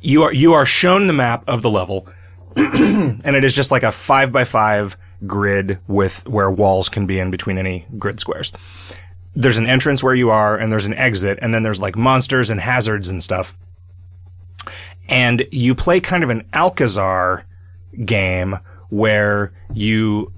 S1: you are you are shown the map of the level, and it is just like a five by five grid with where walls can be in between any grid squares. There's an entrance where you are, and there's an exit, and then there's like monsters and hazards and stuff. And you play kind of an Alcazar game where you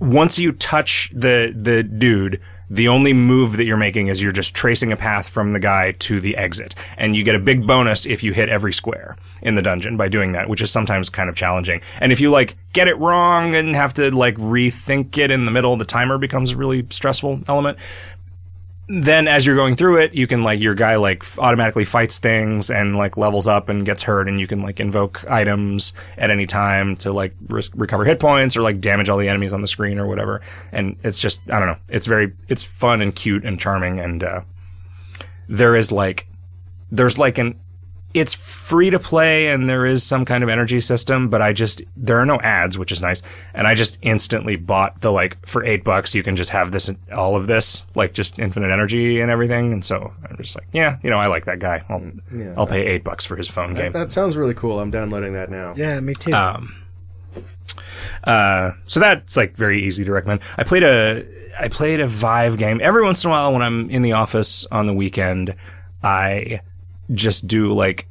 S1: once you touch the the dude, the only move that you're making is you're just tracing a path from the guy to the exit, and you get a big bonus if you hit every square in the dungeon by doing that, which is sometimes kind of challenging. And if you like get it wrong and have to like rethink it in the middle, the timer becomes a really stressful element then as you're going through it, you can like your guy like f- automatically fights things and like levels up and gets hurt, and you can like invoke items at any time to like risk, recover hit points or like damage all the enemies on the screen or whatever. And it's just I don't know, it's very it's fun and cute and charming, and uh, there is like there's like an it's free to play and there is some kind of energy system but i just there are no ads which is nice and i just instantly bought the like for eight bucks you can just have this all of this like just infinite energy and everything and so i'm just like yeah you know i like that guy i'll, I'll pay eight bucks for his phone game
S2: That sounds really cool. I'm downloading that now.
S4: Yeah, me too.
S1: Uh, so that's like very easy to recommend. I played a I played a Vive game every once in a while when I'm in the office on the weekend. I just do like,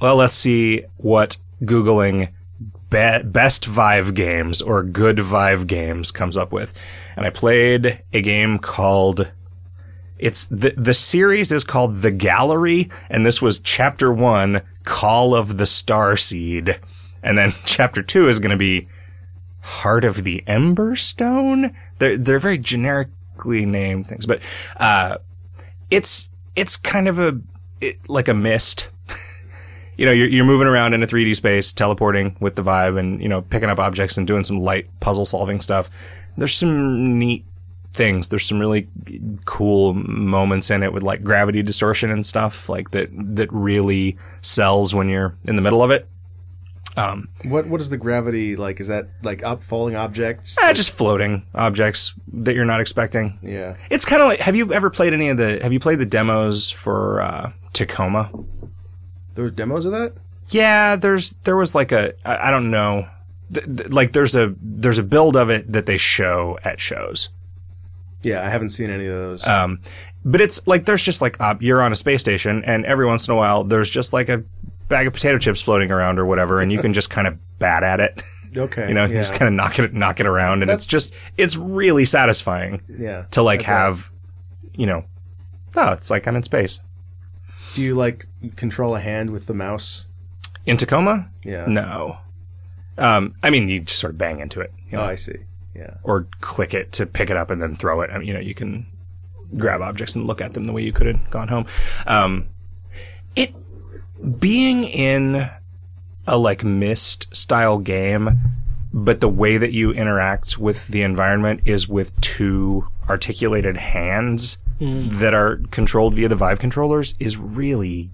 S1: well, let's see what googling be- best Vive games or good Vive games comes up with, and I played a game called. It's the the series is called The Gallery, and this was chapter one, Call of the Star Seed, and then chapter two is going to be Heart of the Ember Stone. They're they're very generically named things, but uh, it's it's kind of a it, like a mist. you know, you're, you're moving around in a 3D space, teleporting with the vibe, and you know, picking up objects and doing some light puzzle solving stuff. There's some neat things. There's some really cool moments in it with like gravity distortion and stuff like that that really sells when you're in the middle of it.
S2: What What is the gravity like? Is that like up falling objects?
S1: Ah, just floating objects that you're not expecting.
S2: Yeah.
S1: It's kind of like. Have you ever played any of the? Have you played the demos for uh, Tacoma?
S2: There were demos of that.
S1: Yeah, there's there was like a I, I don't know, th- th- like there's a there's a build of it that they show at shows.
S2: Yeah, I haven't seen any of those.
S1: Um, but it's like there's just like uh, you're on a space station, and every once in a while there's just like a bag of potato chips floating around or whatever, and you can just kind of bat at it.
S2: okay.
S1: You know, you
S2: yeah.
S1: just kind of knock it knock it around, and it's just it's really satisfying
S2: yeah.
S1: to like
S2: Okay.
S1: have, you know, oh, it's like I'm in space.
S2: Do you like control a hand with the mouse?
S1: In Tacoma?
S2: Yeah.
S1: No. Um, I mean, you just sort of bang into it. you
S2: Oh,
S1: know.
S2: I see. Yeah.
S1: or click it to pick it up and then throw it. I mean, you know, you can grab objects and look at them the way you could have gone home. Um, it being in a like mist style game, but the way that you interact with the environment is with two articulated hands that are controlled via the Vive controllers is really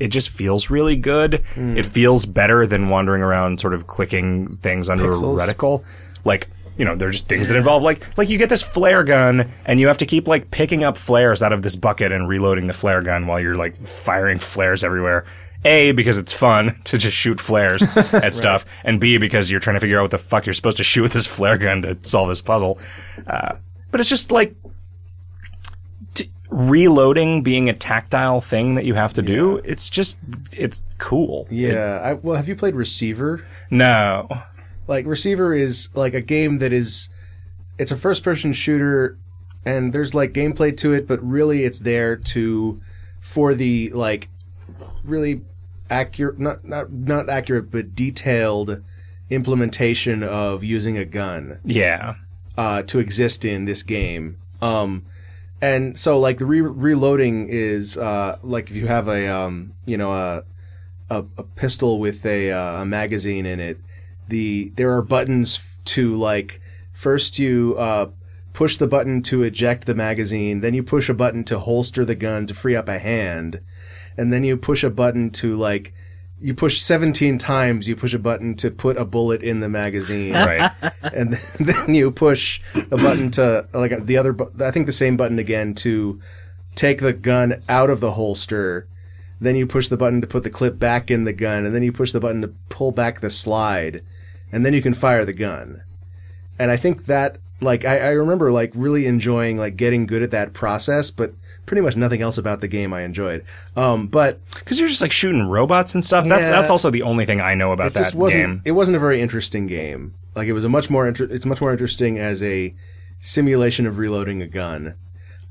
S1: it just feels really good. It feels better than wandering around sort of clicking things under
S3: Pixels.
S1: a reticle. Like, you know, they're just things that involve like like you get this flare gun and you have to keep like picking up flares out of this bucket and reloading the flare gun while you're like firing flares everywhere. A because it's fun to just shoot flares at stuff, and B because you're trying to figure out what the fuck you're supposed to shoot with this flare gun to solve this puzzle. Uh, but it's just like reloading being a tactile thing that you have to do, it's just it's cool.
S2: Yeah. I, well, have you played Receiver?
S1: No.
S2: Like Receiver is like a game that is it's a first person shooter and there's like gameplay to it, but really it's there to for the like really accurate not not not accurate but detailed implementation of using a gun
S1: Yeah.
S2: uh, to exist in this game. Um, and so like the re- reloading is uh, like if you have a um, you know a, a, a pistol with a, uh, a magazine in it, the there are buttons f- to like first you uh, push the button to eject the magazine, then you push a button to holster the gun to free up a hand, and then you push a button to like you push 17 times you push a button to put a bullet in the magazine
S1: Right.
S2: and then, then you push a button to like the other bu- I think the same button again to take the gun out of the holster. Then you push the button to put the clip back in the gun, and then you push the button to pull back the slide, and then you can fire the gun. And I think that like I, I remember like really enjoying like getting good at that process, but pretty much nothing else about the game I enjoyed. Um, but
S1: Cuz you're just like shooting robots and stuff. That's
S2: Yeah.
S1: that's also the only thing I know about
S2: it
S1: that
S2: just wasn't
S1: game.
S2: it wasn't a very interesting game like it was a much more inter- it's much more interesting as a simulation of reloading a gun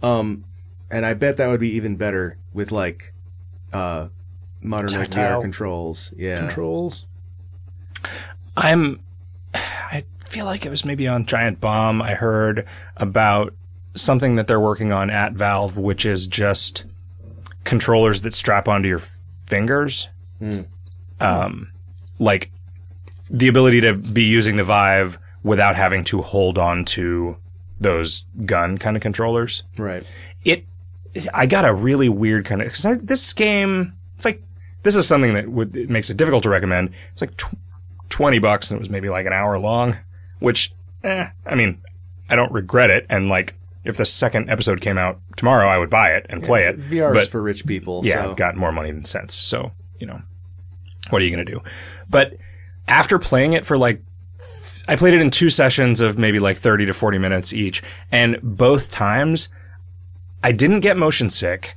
S2: um and i bet that would be even better with like uh modern
S3: Tactile.
S2: VR controls yeah
S3: Controls.
S1: I'm I feel like it was maybe on Giant Bomb I heard about something that they're working on at Valve which is just controllers that strap onto your fingers. Um like the ability to be using the Vive without having to hold on to those gun kind of controllers
S2: right
S1: it I got a really weird kind of because this game it's like this is something that would it makes it difficult to recommend. It's like tw- twenty bucks and it was maybe like an hour long, which eh, I mean I don't regret it and like if the second episode came out tomorrow I would buy it and play it.
S2: vr
S1: but
S2: is for rich people
S1: yeah,
S2: so.
S1: I've got more money than cents. So, you know, what are you going to do? But after playing it for like, I played it in two sessions of maybe like 30 to 40 minutes each. And both times, I didn't get motion sick.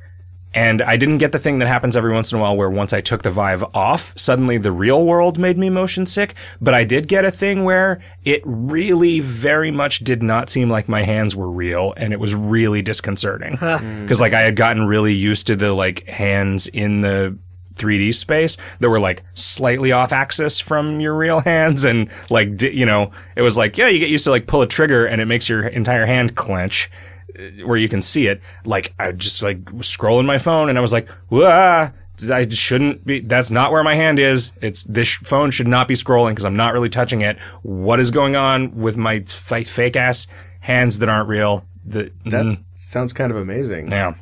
S1: And I didn't get the thing that happens every once in a while where once I took the Vive off, suddenly the real world made me motion sick. But I did get a thing where it really very much did not seem like my hands were real and it was really disconcerting. Because like I had gotten really used to the like hands in the 3D space that were like slightly off axis from your real hands and like di- you know it was like yeah you get used to like pull a trigger and it makes your entire hand clench uh, where you can see it like I just like was scrolling my phone and I was like Wah, I shouldn't be that's not where my hand is it's this sh- phone should not be scrolling because I'm not really touching it what is going on with my f- fake ass hands that aren't real the,
S2: that
S1: mm.
S2: sounds kind of amazing
S1: Yeah.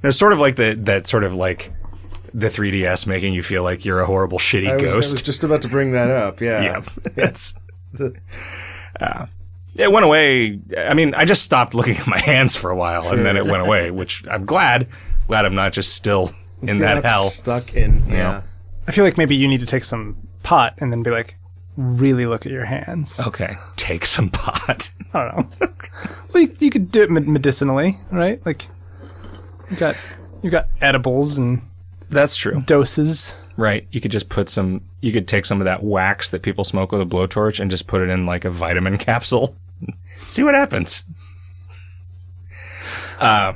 S1: There's sort of like the that sort of like the 3DS making you feel like you're a horrible shitty
S2: I, was, I was
S1: ghost.
S2: just about to bring that up yeah,
S1: yeah. That's uh, it went away. I mean, I just stopped looking at my hands for a while and then it went away, which I'm glad. Glad I'm not just still in
S2: You're
S1: that
S2: not
S1: hell.
S2: stuck in yeah,
S3: I feel like maybe you need to take some pot and then be like, really look at your hands.
S1: Okay. Take some pot.
S3: I don't know. well, you, you could do it med- medicinally, right? Like, you got you got edibles and
S1: That's true.
S3: doses.
S1: Right. You could just put some you could take some of that wax that people smoke with a blowtorch and just put it in like a vitamin capsule. See what happens. Uh,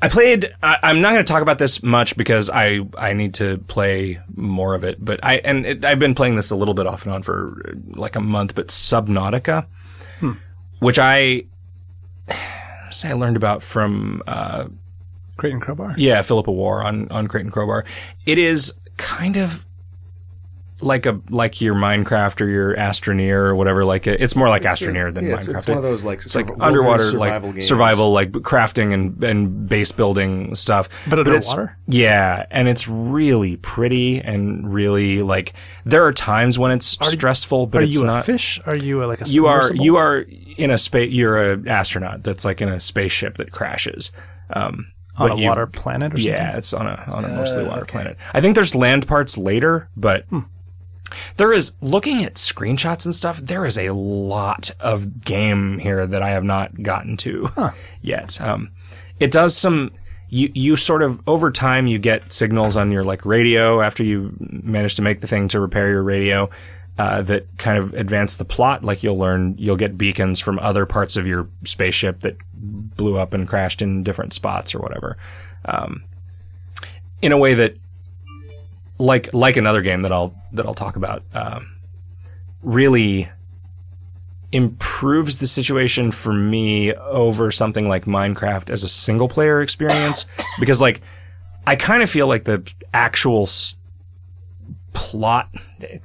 S1: I played. I, I'm not going to talk about this much because I I need to play more of it. But I and it, I've been playing this a little bit off and on for uh, like a month. But Subnautica, which I say I learned about from uh,
S3: Creighton Crowbar.
S1: yeah Philippa War on on Creighton Crowbar. It is kind of like a like your Minecraft or your Astroneer or whatever. Like a, it's more like Astroneer than
S2: yeah,
S1: Minecraft.
S2: it's, it's one of those like,
S1: It's like
S2: survi-
S1: underwater,
S2: wilderness
S1: like survival, like crafting and, and base building stuff.
S3: But
S1: it's-
S3: underwater?
S1: yeah, and it's really pretty and really like there are times when it's stressful, but
S3: Are
S1: it's
S3: you
S1: not.
S3: a fish? Are you a, like a
S1: you are
S3: submersible?
S1: you are in a space. You're an astronaut that's like in a spaceship that crashes. Um,
S3: on
S1: but
S3: a
S1: you've-
S3: water planet or something? Uh,
S1: yeah, it's on a on a mostly water planet. I think there's land parts later, but
S3: Hmm.
S1: there is looking at screenshots and stuff. There is a lot of game here that I have not gotten to yet. Um, it does some. You, you sort of over time you get signals on your like radio after you manage to make the thing to repair your radio uh, that kind of advance the plot like you'll learn you'll get beacons from other parts of your spaceship that blew up and crashed in different spots or whatever in a way that like like another game that I'll that I'll talk about um, really improves the situation for me over something like Minecraft as a single player experience because like I kind of feel like the actual s- plot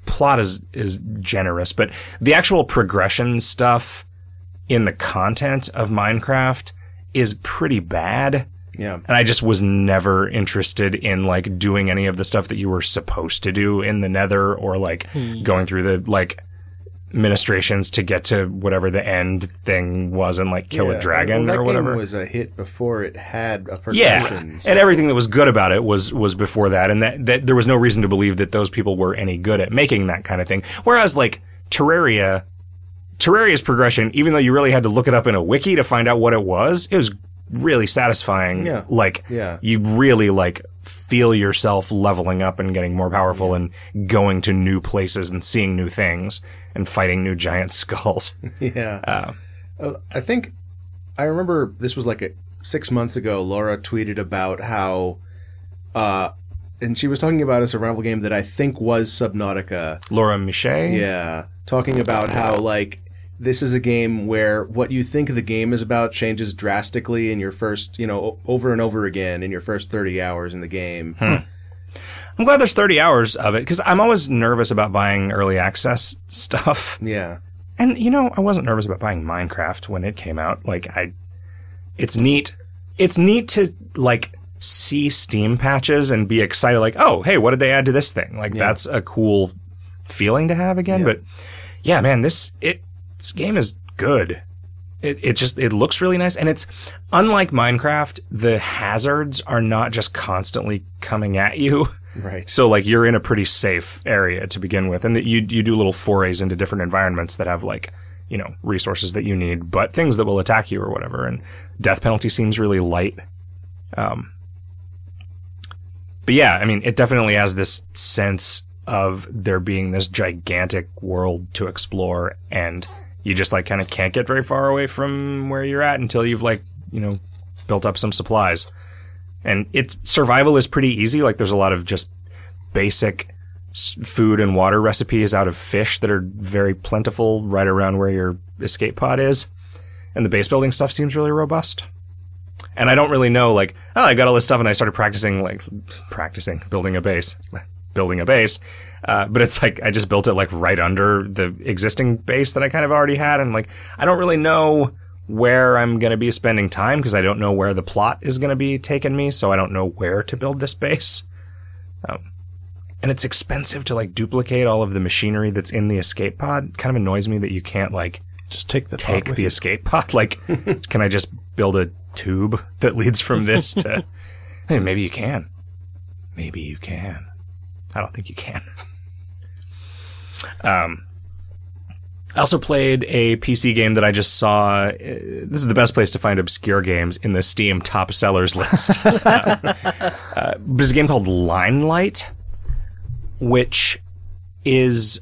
S1: plot is is generous but the actual progression stuff in the content of Minecraft is pretty bad
S2: Yeah.
S1: and I just was never interested in like doing any of the stuff that you were supposed to do in the Nether or like
S2: Hmm.
S1: going through the like ministrations to get to whatever the end thing was and like kill
S2: Yeah,
S1: a dragon
S2: well, that
S1: or whatever.
S2: Game was a hit before it had a
S1: yeah,
S2: progression. so-
S1: and everything that was good about it was was before that, and that, that there was no reason to believe that those people were any good at making that kind of thing. Whereas like Terraria, Terraria's progression, even though you really had to look it up in a wiki to find out what it was, it was really satisfying.
S2: Yeah.
S1: Like
S2: Yeah.
S1: you really like feel yourself leveling up and getting more powerful and going to new places and seeing new things and fighting new giant skulls.
S2: Yeah.
S1: Oh.
S2: Uh, I think I remember this was like a, six months ago. Laura tweeted about how, uh, and she was talking about a survival game that I think was Subnautica.
S1: Laura Miche.
S2: Yeah. Talking about how, like, this is a game where what you think the game is about changes drastically in your first, you know, o- over and over again in your first 30 hours in the game.
S1: Hmm. I'm glad there's 30 hours of it because I'm always nervous about buying early access stuff.
S2: Yeah.
S1: And you know, I wasn't nervous about buying Minecraft when it came out. Like I it's neat. It's neat to like see Steam patches and be excited like, "Oh, hey, what did they add to this thing?" Like that's a cool feeling to have again, but yeah, man, this it this game is good. It it just it looks really nice and it's unlike Minecraft, the hazards are not just constantly coming at you.
S2: Right.
S1: So like you're in a pretty safe area to begin with, and that you you do little forays into different environments that have like you know resources that you need, but things that will attack you or whatever. And death penalty seems really light. Um, but yeah, I mean, it definitely has this sense of there being this gigantic world to explore, and you just like kind of can't get very far away from where you're at until you've like you know built up some supplies and it's survival is pretty easy. Like there's a lot of just basic s- food and water recipes out of fish that are very plentiful right around where your escape pod is, and the base building stuff seems really robust. And I don't really know, like, oh, I got all this stuff, and I started practicing, like, practicing building a base, building a base. Uh, but it's like I just built it like right under the existing base that I kind of already had, and like I don't really know where I'm going to be spending time because I don't know where the plot is going to be taking me, so I don't know where to build this base. Um, and it's expensive to like duplicate all of the machinery that's in the escape pod. It kind of annoys me that you can't like
S3: Just take the
S1: take
S3: pot with
S1: the
S3: you.
S1: escape pod. Like, can I just build a tube that leads from this to? Hey, maybe you can. Maybe you can. I don't think you can. Um, I also played a PC game that I just saw. uh, This is the best place to find obscure games in the Steam top sellers list. uh, there's a game called Limelight, which is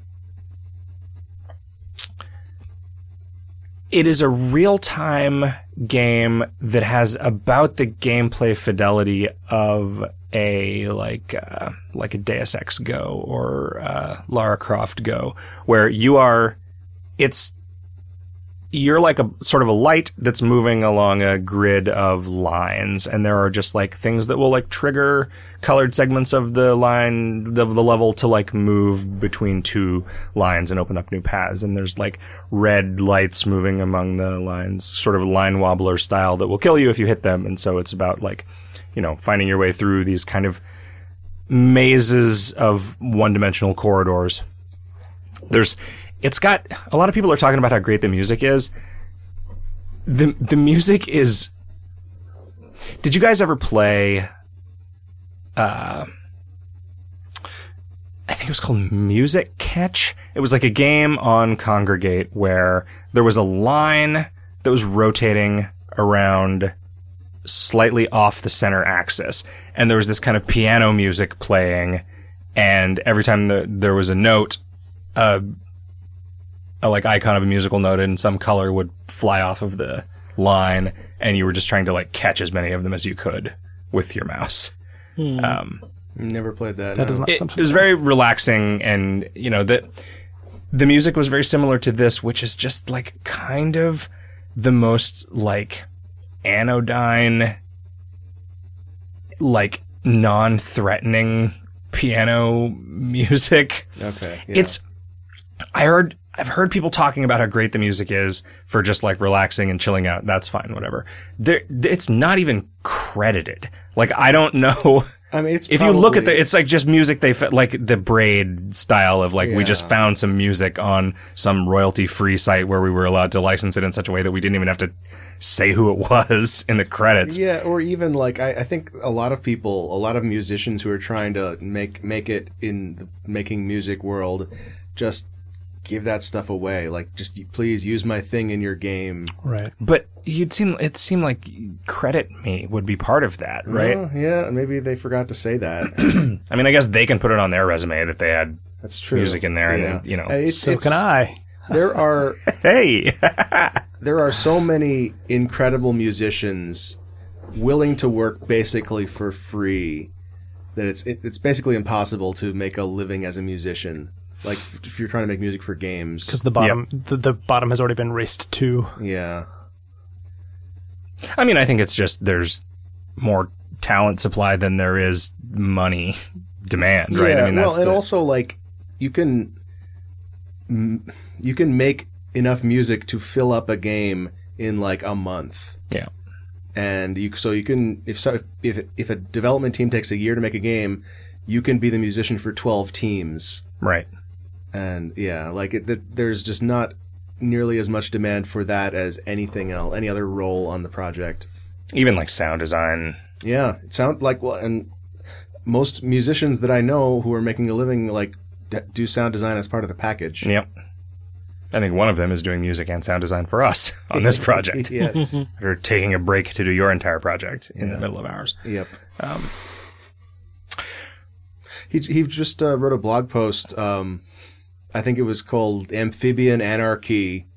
S1: it is a real time game that has about the gameplay fidelity of a like uh, like a Deus Ex Go or uh, Lara Croft Go, where you are, it's you're like a sort of a light that's moving along a grid of lines and there are just like things that will like trigger colored segments of the line of the level to like move between two lines and open up new paths and there's like red lights moving among the lines sort of line wobbler style that will kill you if you hit them and so it's about like you know finding your way through these kind of mazes of one-dimensional corridors there's it's got a lot of people are talking about how great the music is. The the music is Did you guys ever play uh I think it was called Music Catch. It was like a game on Congregate where there was a line that was rotating around slightly off the center axis and there was this kind of piano music playing and every time the, there was a note a a like icon of a musical note in some color would fly off of the line, and you were just trying to like catch as many of them as you could with your mouse. Um,
S2: Never played that.
S3: Hmm. That
S2: no.
S3: is not
S1: It, it
S3: something.
S1: was very relaxing, and you know that the music was very similar to this, which is just like kind of the most like anodyne, like non-threatening piano music.
S2: Okay. Oh, yeah.
S1: It's I heard I've heard people talking about how great the music is for just like relaxing and chilling out. That's fine, whatever. There, it's not even credited. Like I don't know.
S2: I mean, it's
S1: if you look at
S2: probably-
S1: the, it's like just music. They fe- like the braid style of like we just
S2: Yeah.
S1: found some music on some royalty free site where we were allowed to license it in such a way that we didn't even have to say who it was in the credits.
S2: Yeah, or even like I, I think a lot of people, a lot of musicians who are trying to make make it in the making music world, just give that stuff away. Like, just please use my thing in your game.
S3: right.
S1: But you'd seem it seemed like credit me would be part of that, right?
S2: Oh, yeah, maybe they forgot to say that.
S1: I mean, I guess they can put it on their resume that they had
S2: That's true.
S1: Music in there and then, you know,
S2: it's,
S3: So
S2: it's-
S3: can I.
S2: There are
S1: Hey,
S2: there are so many incredible musicians willing to work basically for free that it's it, it's basically impossible to make a living as a musician. Like if you're trying to make music for games,
S3: because the bottom the, the bottom has already been raced to
S2: yeah.
S1: I mean, I think it's just there's more talent supply than there is money demand, right?
S2: Yeah,
S1: I mean,
S2: well,
S1: that's
S2: and
S1: the-
S2: also like you can mm, you can make enough music to fill up a game in like a month.
S1: yeah,
S2: and you so you can if so, if if a development team takes a year to make a game, you can be the musician for twelve teams,
S1: right.
S2: and yeah, like it, th- there's just not nearly as much demand for that as anything else, any other role on the project.
S1: Even like sound design,
S2: Yeah, it sound like well, and most musicians that I know who are making a living like d- do sound design as part of the package.
S1: yep. I think one of them is doing music and sound design for us on this project.
S2: yes.
S1: Or taking a break to do your entire project in the middle of ours.
S2: Yep. Um, he he just uh, wrote a blog post. Um, I think it was called "Amphibian Anarchy"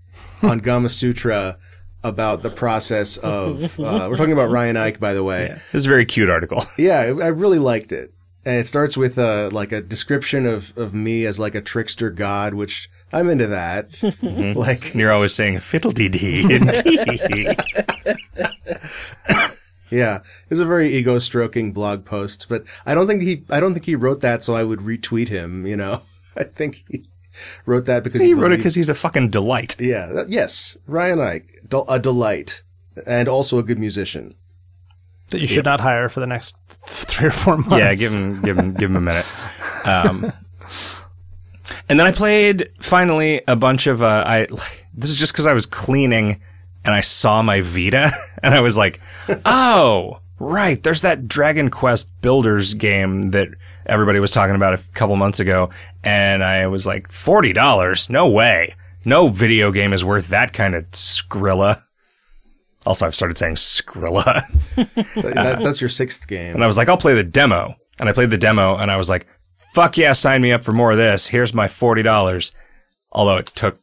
S2: on Gama Sutra about the process of. Uh, we're talking about Ryan Ike, by the way.
S1: This is a very cute article.
S2: Yeah, I I really liked it, and it starts with uh, like a description of of me as like a trickster god, which I'm into that. Like,
S1: You're always saying fiddle dee dee. indeed."
S2: yeah, it was a very ego stroking blog post, but I don't think he I don't think he wrote that so I would retweet him. You know, I think he wrote that because
S1: He wrote it
S2: believed-
S1: because he's a fucking delight.
S2: Yeah. That, yes. Ryan Ike, del- a delight, and also a good musician.
S3: that you should not hire for the next th- three or four months.
S1: Yeah, give him, give him, give him a minute. Um, and then I played finally a bunch of. Uh, I this is just because I was cleaning and I saw my Vita and I was like, oh right, there's that Dragon Quest Builders game that everybody was talking about a f- couple months ago, and I was like, forty dollars? No way. No video game is worth that kind of Skrilla. Also, I've started saying Skrilla.
S2: That- that- that's your sixth game.
S1: And I was like, I'll play the demo. And I played the demo and I was like, fuck yeah, sign me up for more of this. Here's my $40. Although it took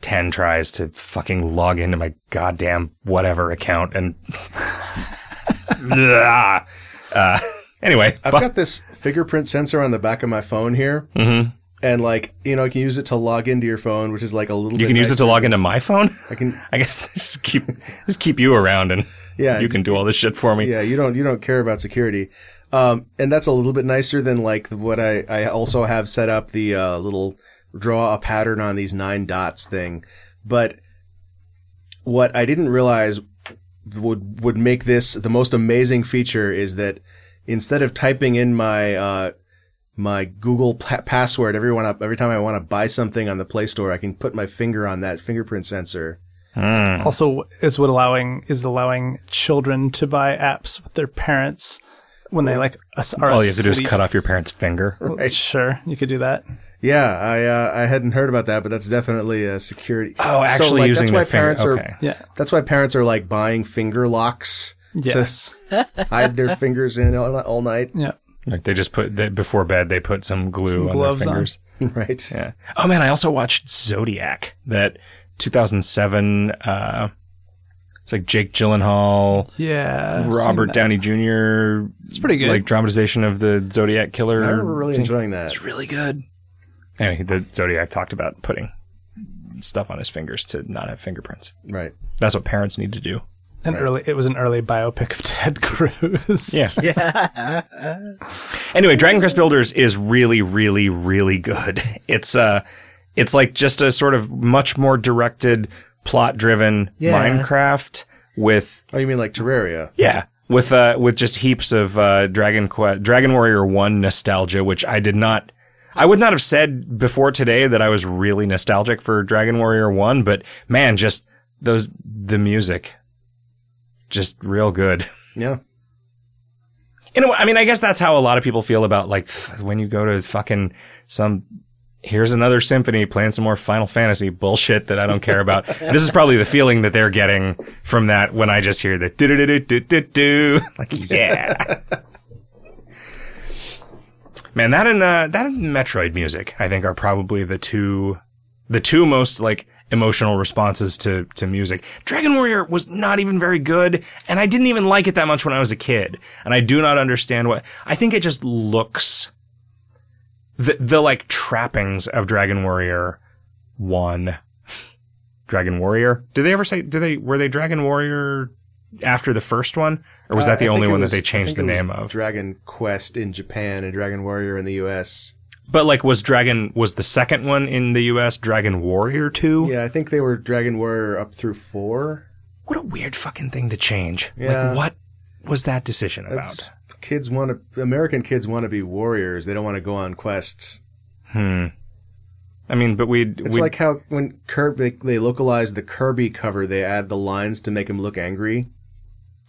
S1: ten tries to fucking log into my goddamn whatever account and. Ah. uh, anyway,
S2: I've
S1: bu-
S2: got this fingerprint sensor on the back of my phone here, mm-hmm. and like you know, I can use it to log into your phone, which is like a little.
S1: you
S2: bit
S1: can use it to log into my phone.
S2: I can.
S1: I guess just keep just keep you around and
S2: Yeah.
S1: you can do all this shit for me.
S2: Yeah, you don't you don't care about security, um, and that's a little bit nicer than like what I I also have set up the uh, little draw a pattern on these nine dots thing, but what I didn't realize would would make this the most amazing feature is that instead of typing in my uh, my Google pa- password every one every time I want to buy something on the Play Store, I can put my finger on that fingerprint sensor.
S3: Also, is what allowing is allowing children to buy apps with their parents when they like as- are
S1: All you have to do is
S3: asleep.
S1: cut off your parent's finger.
S3: Well, Sure, you could do that.
S2: Yeah, I uh, I hadn't heard about that, but that's definitely a security.
S1: Oh, actually
S2: like,
S1: using
S2: that's why
S1: the finger-
S2: parents
S1: okay.
S2: Are,
S3: Yeah.
S2: that's why parents are like buying finger locks
S3: Yes.
S2: to hide their fingers in all, all night,
S3: yeah.
S1: Like they just put they, before bed, they put some glue on
S3: gloves
S1: their
S3: on.
S1: fingers.
S2: right?
S1: Yeah. Oh man, I also watched Zodiac, that 2007. Uh, it's like Jake Gyllenhaal,
S3: Yeah. I've seen
S1: Robert
S3: that.
S1: Downey Jr. It's
S3: pretty good.
S1: Like dramatization of the Zodiac killer.
S2: I remember really enjoying that.
S1: It's really good. Anyway, the Zodiac talked about putting stuff on his fingers to not have fingerprints.
S2: Right.
S1: That's what parents need to do.
S3: An early. It was an early biopic of Ted Cruz.
S1: Yeah. Anyway, Dragon Quest Builders is really, really, really good. It's uh it's like just a sort of much more directed, plot driven
S4: Yeah.
S1: Minecraft with
S2: Oh, you mean like Terraria?
S1: yeah. With uh with just heaps of uh Dragon Quest Dragon Warrior One nostalgia, which I did not I would not have said before today that I was really nostalgic for Dragon Warrior One, but man, just those the music. Just real good.
S2: Yeah.
S1: In a way, I mean, I guess that's how a lot of people feel about like f- when you go to fucking some. Here's another symphony playing some more Final Fantasy bullshit that I don't care about. this is probably the feeling that they're getting from that when I just hear the do do do do do do. Like yeah, man, that and uh, that and Metroid music, I think, are probably the two the two most like emotional responses to to music. Dragon Warrior was not even very good, and I didn't even like it that much when I was a kid. And I do not understand what I think it just looks the the like trappings of Dragon Warrior one. Dragon Warrior. Did they ever say? Did they were they Dragon Warrior after the first one, or was
S2: Uh,
S1: that the
S2: I
S1: only
S2: think it
S1: one
S2: was-
S1: that they
S2: I
S1: changed the
S2: think it was
S1: name of?
S2: Dragon Quest in Japan and Dragon Warrior in the U.S.
S1: But like, was Dragon was the second one in the U.S. Dragon Warrior two?
S2: Yeah, I think they were Dragon Warrior up through four.
S1: What a weird fucking thing to change.
S2: Yeah.
S1: Like, what was that decision about?
S2: That's, kids want to. American kids want to be warriors. They don't want to go on quests.
S1: Hmm. I mean, but we
S2: It's
S1: we
S2: like how when Kirby they, they localize the Kirby cover, they add the lines to make him look angry.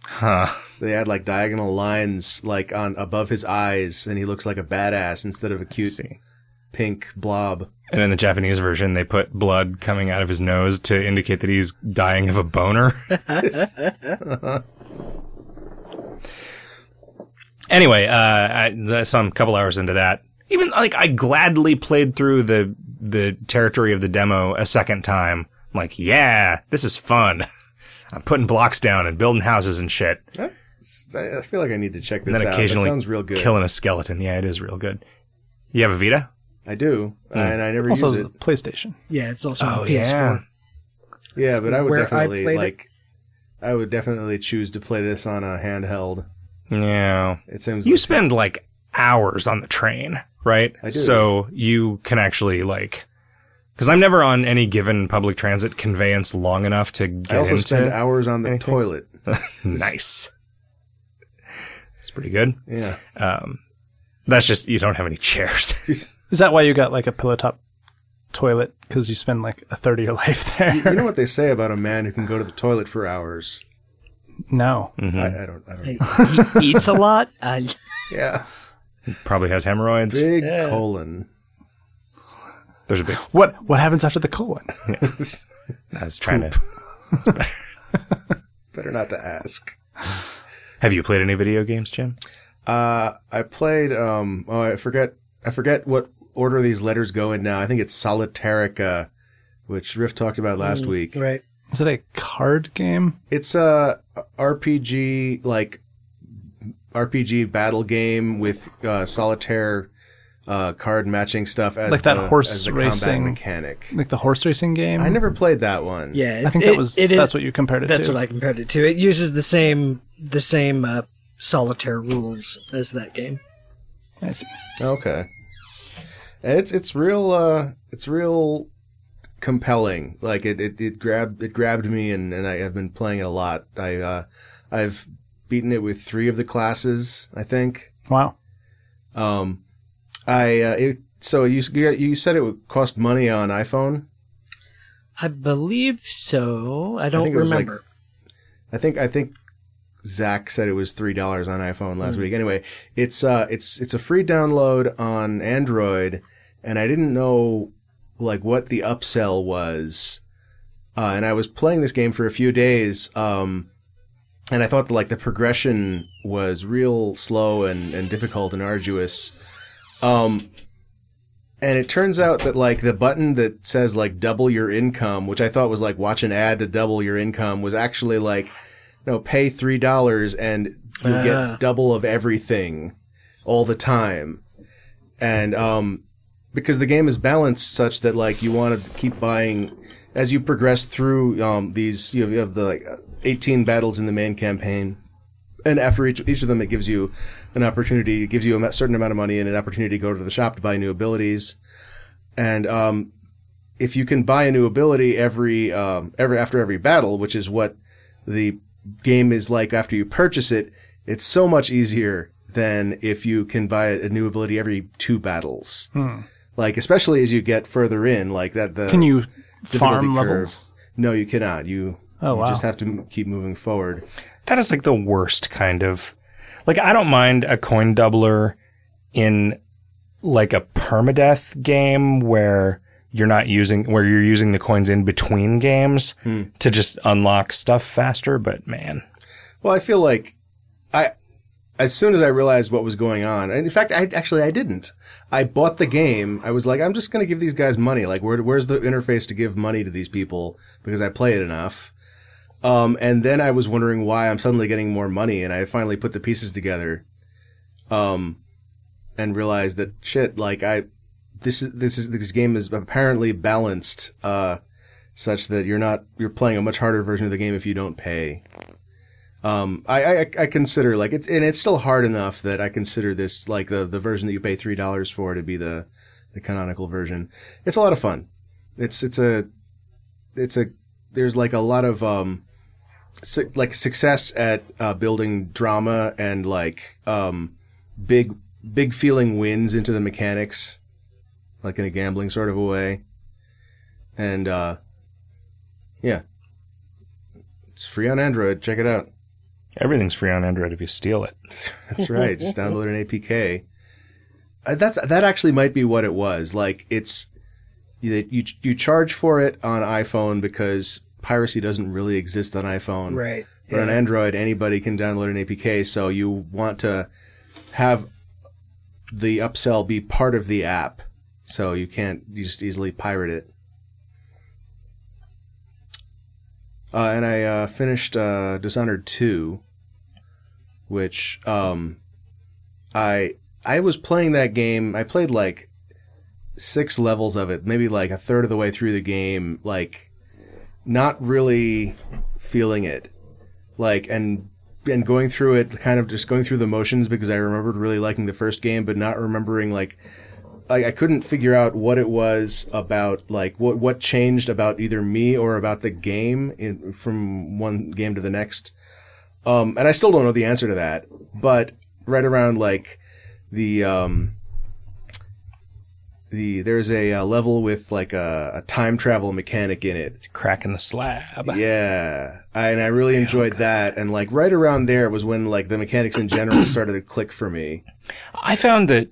S1: huh?
S2: They add like diagonal lines like on above his eyes, and he looks like a badass instead of a cute
S1: see.
S2: pink blob.
S1: And in the Japanese version, they put blood coming out of his nose to indicate that he's dying of a boner. anyway, uh, I, the- some couple hours into that, even like I gladly played through the the territory of the demo a second time. I'm like, yeah, this is fun. I'm putting blocks down and building houses and shit.
S2: It's- I I feel like I need to check this
S1: And then
S2: out.
S1: occasionally
S2: that sounds real good.
S1: killing a skeleton. Yeah, it is real good. You have a Vita?
S2: I do,
S1: Hmm.
S2: and I never
S3: Also,
S2: use it.
S3: PlayStation.
S4: Yeah, it's
S1: Oh,
S4: also on PS4.
S2: Yeah, but I would
S4: where I
S2: definitely
S4: played it.
S2: like. I would definitely choose to play this on a handheld.
S1: Yeah.
S2: It seems
S1: You spend like hours on the train, right?
S2: I do.
S1: So you can actually like because I'm never on any given public transit conveyance long enough to get
S2: I also
S1: into
S2: spend hours on the
S1: anything?
S2: toilet.
S1: nice. It's pretty good.
S2: Yeah,
S1: That's just you don't have any chairs.
S3: Is that why you got like a pillow top toilet? Because you spend like a third of your life there.
S2: you know what they say about a man who can go to the toilet for hours.
S3: no.
S2: I, I don't. I don't.
S4: He eats a lot. I,
S2: Yeah,
S1: Probably has hemorrhoids.
S2: big colon.
S1: There's a big.
S3: What What happens after the colon?
S1: I was trying to.
S2: Better not to ask.
S1: Have you played any video games, Jim?
S2: Uh, I played. Um, oh, I forget. I forget what order these letters go in now. I think it's Solitarica, which Riff talked about last week.
S4: Mm, Right.
S3: Is it a card game?
S2: It's a RPG like RPG battle game with uh, solitaire uh, card matching stuff as
S3: Like that
S2: the-
S3: horse
S2: as the
S3: racing.
S2: combat mechanic.
S3: Like the horse racing game?
S2: I never played that one.
S4: Yeah.
S3: I
S4: it's-
S3: think
S4: it-
S3: that was
S4: it is-
S3: that's what you compared it
S4: That's
S3: to.
S4: what I compared it to. It uses the same the same uh, solitaire rules as that game.
S3: I see.
S2: Okay. And it's it's real uh it's real compelling. Like it it, it grabbed it grabbed me and, and I have been playing it a lot. I uh I've beaten it with 3 of the classes, I think.
S3: Wow.
S2: Um I uh, it so you you said it would cost money on iPhone?
S4: I believe so. I
S2: I
S4: don't
S2: think it was like-
S4: remember.
S2: I think I think Zach said it was three dollars on iPhone last week. Anyway, it's uh it's it's a free download on Android, and I didn't know like what the upsell was, uh, and I was playing this game for a few days, um, and I thought that, like the progression was real slow and and difficult and arduous, um. And it turns out that like the button that says like double your income, which I thought was like watch an ad to double your income, was actually like, no, pay three dollars and you
S4: Ah.
S2: get double of everything, all the time, and um, because the game is balanced such that like you want to keep buying as you progress through um these you have, you have the like, 18 battles in the main campaign and after each each of them, it gives you an opportunity. It gives you a certain amount of money and an opportunity to go to the shop to buy new abilities. And um, if you can buy a new ability every um, every after every battle, which is what the game is like after you purchase it, it's so much easier than if you can buy a new ability every two battles. Like especially as you get further in, like that the
S3: Can you
S2: difficulty curve-
S3: farm levels?
S2: No, you cannot. You
S3: Oh,
S2: you
S3: wow.
S2: just have to m- keep moving forward.
S1: That is like the worst kind of like I don't mind a coin doubler in like a permadeath game where you're not using where you're using the coins in between games to just unlock stuff faster, but man.
S2: Well, I feel like I as soon as I realized what was going on, and in fact, I actually I didn't. I bought the game. I was like, I'm just going to give these guys money. Like, where, where's the interface to give money to these people because I play it enough. Um, and then I was wondering why I'm suddenly getting more money, and I finally put the pieces together, um, and realized that shit. Like I, this is this is this game is apparently balanced, uh, such that you're not you're playing a much harder version of the game if you don't pay. Um, I, I I consider like it's and it's still hard enough that I consider this like the the version that you pay three dollars for to be the the canonical version. It's a lot of fun. It's it's a it's a there's like a lot of um su- like success at uh, building drama and like um big big feeling wins into the mechanics, like in a gambling sort of a way. And uh, yeah, it's free on Android. Check it out.
S1: Everything's free on Android if you steal it.
S2: That's right. Just download an APK. Uh, That's that actually might be what it was. Like it's you you, you charge for it on iPhone because piracy doesn't really exist on iPhone.
S4: Right.
S2: But on Android, anybody can download an APK. So you want to have the upsell be part of the app, so you can't you just easily pirate it. Uh, and I uh, finished uh, Dishonored two, which um, I I was playing that game. I played like six levels of it, maybe like a third of the way through the game, like not really feeling it like and and going through it kind of just going through the motions because i remembered really liking the first game but not remembering like i, I couldn't figure out what it was about like what what changed about either me or about the game in, from one game to the next um and i still don't know the answer to that but right around like the um the there's a, uh level with like a, a time travel mechanic in it
S1: Crack in the slab.
S2: yeah, I, and I really enjoyed that. And like right around there was when like the mechanics in general started to click for me.
S1: I found that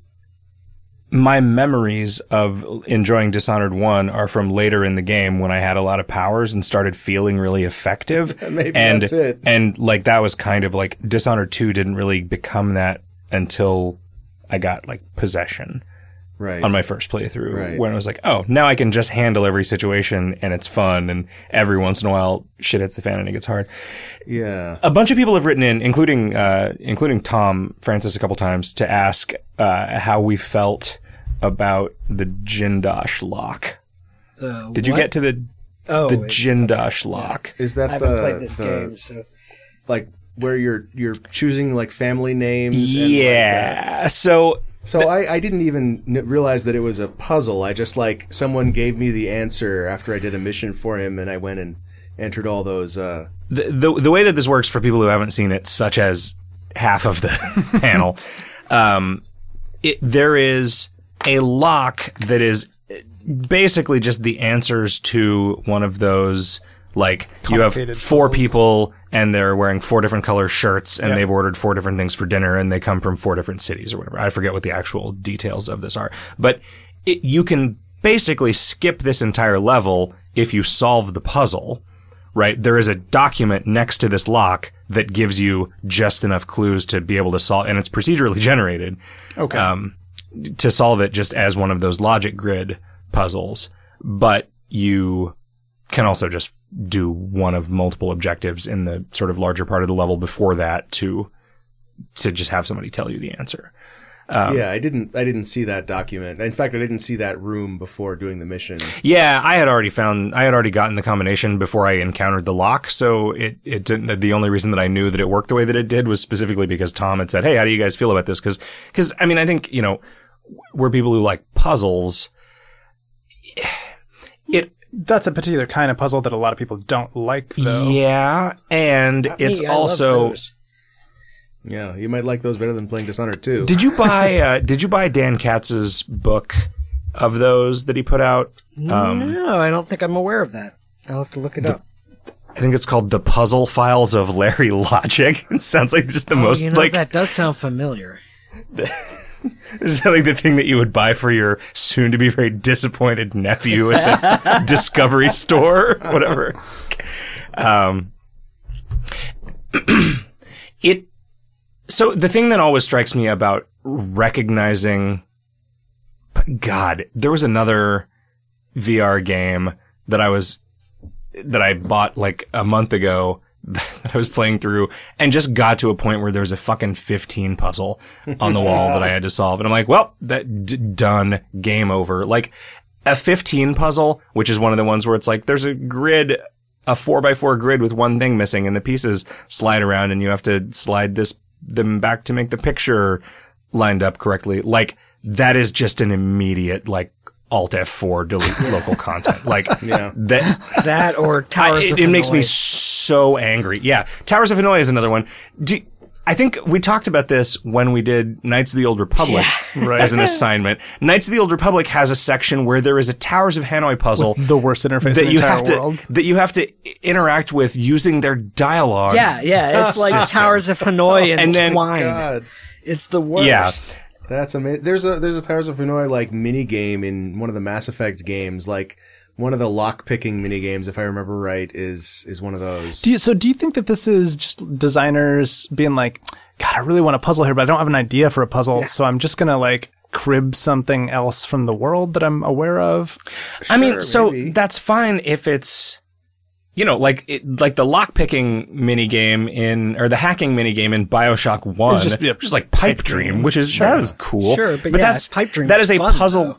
S1: my memories of enjoying Dishonored 1 are from later in the game when I had a lot of powers and started feeling really effective.
S2: Maybe
S1: and,
S2: that's it.
S1: And like that was kind of like Dishonored 2 didn't really become that until I got like possession.
S2: Right.
S1: on my first playthrough
S2: Right.
S1: when I was like, oh, now I can just handle every situation and it's fun. And every once in a while, shit hits the fan and it gets hard.
S2: yeah.
S1: A bunch of people have written in, including uh, including Tom Francis a couple times, to ask uh, how we felt about the Jindosh lock.
S4: Uh,
S1: Did you
S4: what?
S1: get to the
S4: oh,
S1: the
S4: it's-
S1: Jindosh lock?
S2: Is that
S4: I haven't
S2: the,
S4: played this
S2: the-
S4: game, so
S2: like where you're you're choosing like family names? and, like, that?
S1: Yeah. So
S2: So I, I didn't even n- realize that it was a puzzle. I just like someone gave me the answer after I did a mission for him, and I went and entered all those. Uh,
S1: the, the the way that this works for people who haven't seen it, such as half of the panel, um, it, there is a lock that is basically just the answers to one of those like you have
S3: Complicated
S1: four
S3: puzzles.
S1: people and they're wearing four different color shirts and they've ordered four different things for dinner and they come from four different cities or whatever. I forget what the actual details of this are, but it, you can basically skip this entire level if you solve the puzzle right? There is a document next to this lock that gives you just enough clues to be able to solve, and it's procedurally generated um,
S3: Okay.
S1: to solve it just as one of those logic grid puzzles. But you can also just do one of multiple objectives in the sort of larger part of the level before that to to just have somebody tell you the answer. Oh.
S2: yeah, I didn't I didn't see that document. In fact, I didn't see that room before doing the mission.
S1: Yeah, I had already found, I had already gotten the combination before I encountered the lock. So it, it didn't, the only reason that I knew that it worked the way that it did was specifically because Tom had said, Hey, how do you guys feel about this? Cause, cause I mean, I think, you know, we're people who like puzzles. It,
S3: That's a particular kind of puzzle that a lot of people don't like, though.
S1: yeah. And
S4: Not me,
S1: it's
S4: I love
S1: also,
S4: those.
S2: Yeah, you might like those better than playing Dishonored too.
S1: did you buy, uh, did you buy Dan Katz's book of those that he put out?
S4: no, I don't think I'm aware of that. I'll have to look it up.
S1: I think it's called The Puzzle Files of Larry Logic. It sounds like just the
S4: Oh,
S1: most
S4: you know,
S1: like
S4: that does sound familiar.
S1: Is that like the thing that you would buy for your soon to be very disappointed nephew at the discovery store? Whatever. Um, it. So the thing that always strikes me about recognizing. God, there was another VR game that I was that I bought like a month ago that I was playing through and just got to a point where there was a fucking 15 puzzle on the wall that I had to solve. And I'm like, well, that d- done game over. Like a 15 puzzle, which is one of the ones where it's like, there's a grid, a four by four grid with one thing missing and the pieces slide around and you have to slide this, them back to make the picture lined up correctly. Like that is just an immediate, like, Alt F4 delete local content. Like that
S4: That or
S1: I-
S4: Towers
S1: it,
S4: of
S1: it makes me
S4: Hanoi.
S1: so angry. Yeah, Towers of Hanoi is another one. Do, I think we talked about this when we did Knights of the Old Republic
S3: Right.
S1: as an assignment. Knights of the Old Republic has a section where there is a Towers of Hanoi puzzle
S3: The worst interface in
S1: that
S3: the
S1: you
S3: entire
S1: have to
S3: world.
S1: that you have to i- interact with using their dialogue.
S4: Yeah, yeah, it's like
S1: System. Oh,
S4: Towers of Hanoi and,
S1: And then-
S4: Twine.
S2: God,
S4: It's the worst.
S2: that's amazing. There's a there's a Towers of Hanoi like mini game in one of the Mass Effect games. Like one of the lock picking mini games, if I remember right, is is one of those.
S3: Do you, so, do you think that this is just designers being like, God, I really want a puzzle here, but I don't have an idea for a puzzle, so I'm just gonna like crib something else from the world that I'm aware of?
S1: I mean, so
S2: maybe.
S1: that's fine if it's you know, like it, like the lock picking mini game in or the hacking mini game in BioShock 1
S3: It's just-
S1: just,
S3: yeah,
S1: like pipe dream, which is that is cool.
S4: Sure, but yeah,
S1: that's
S4: Pipe Dream's
S1: that is a
S4: fun,
S1: puzzle
S4: though.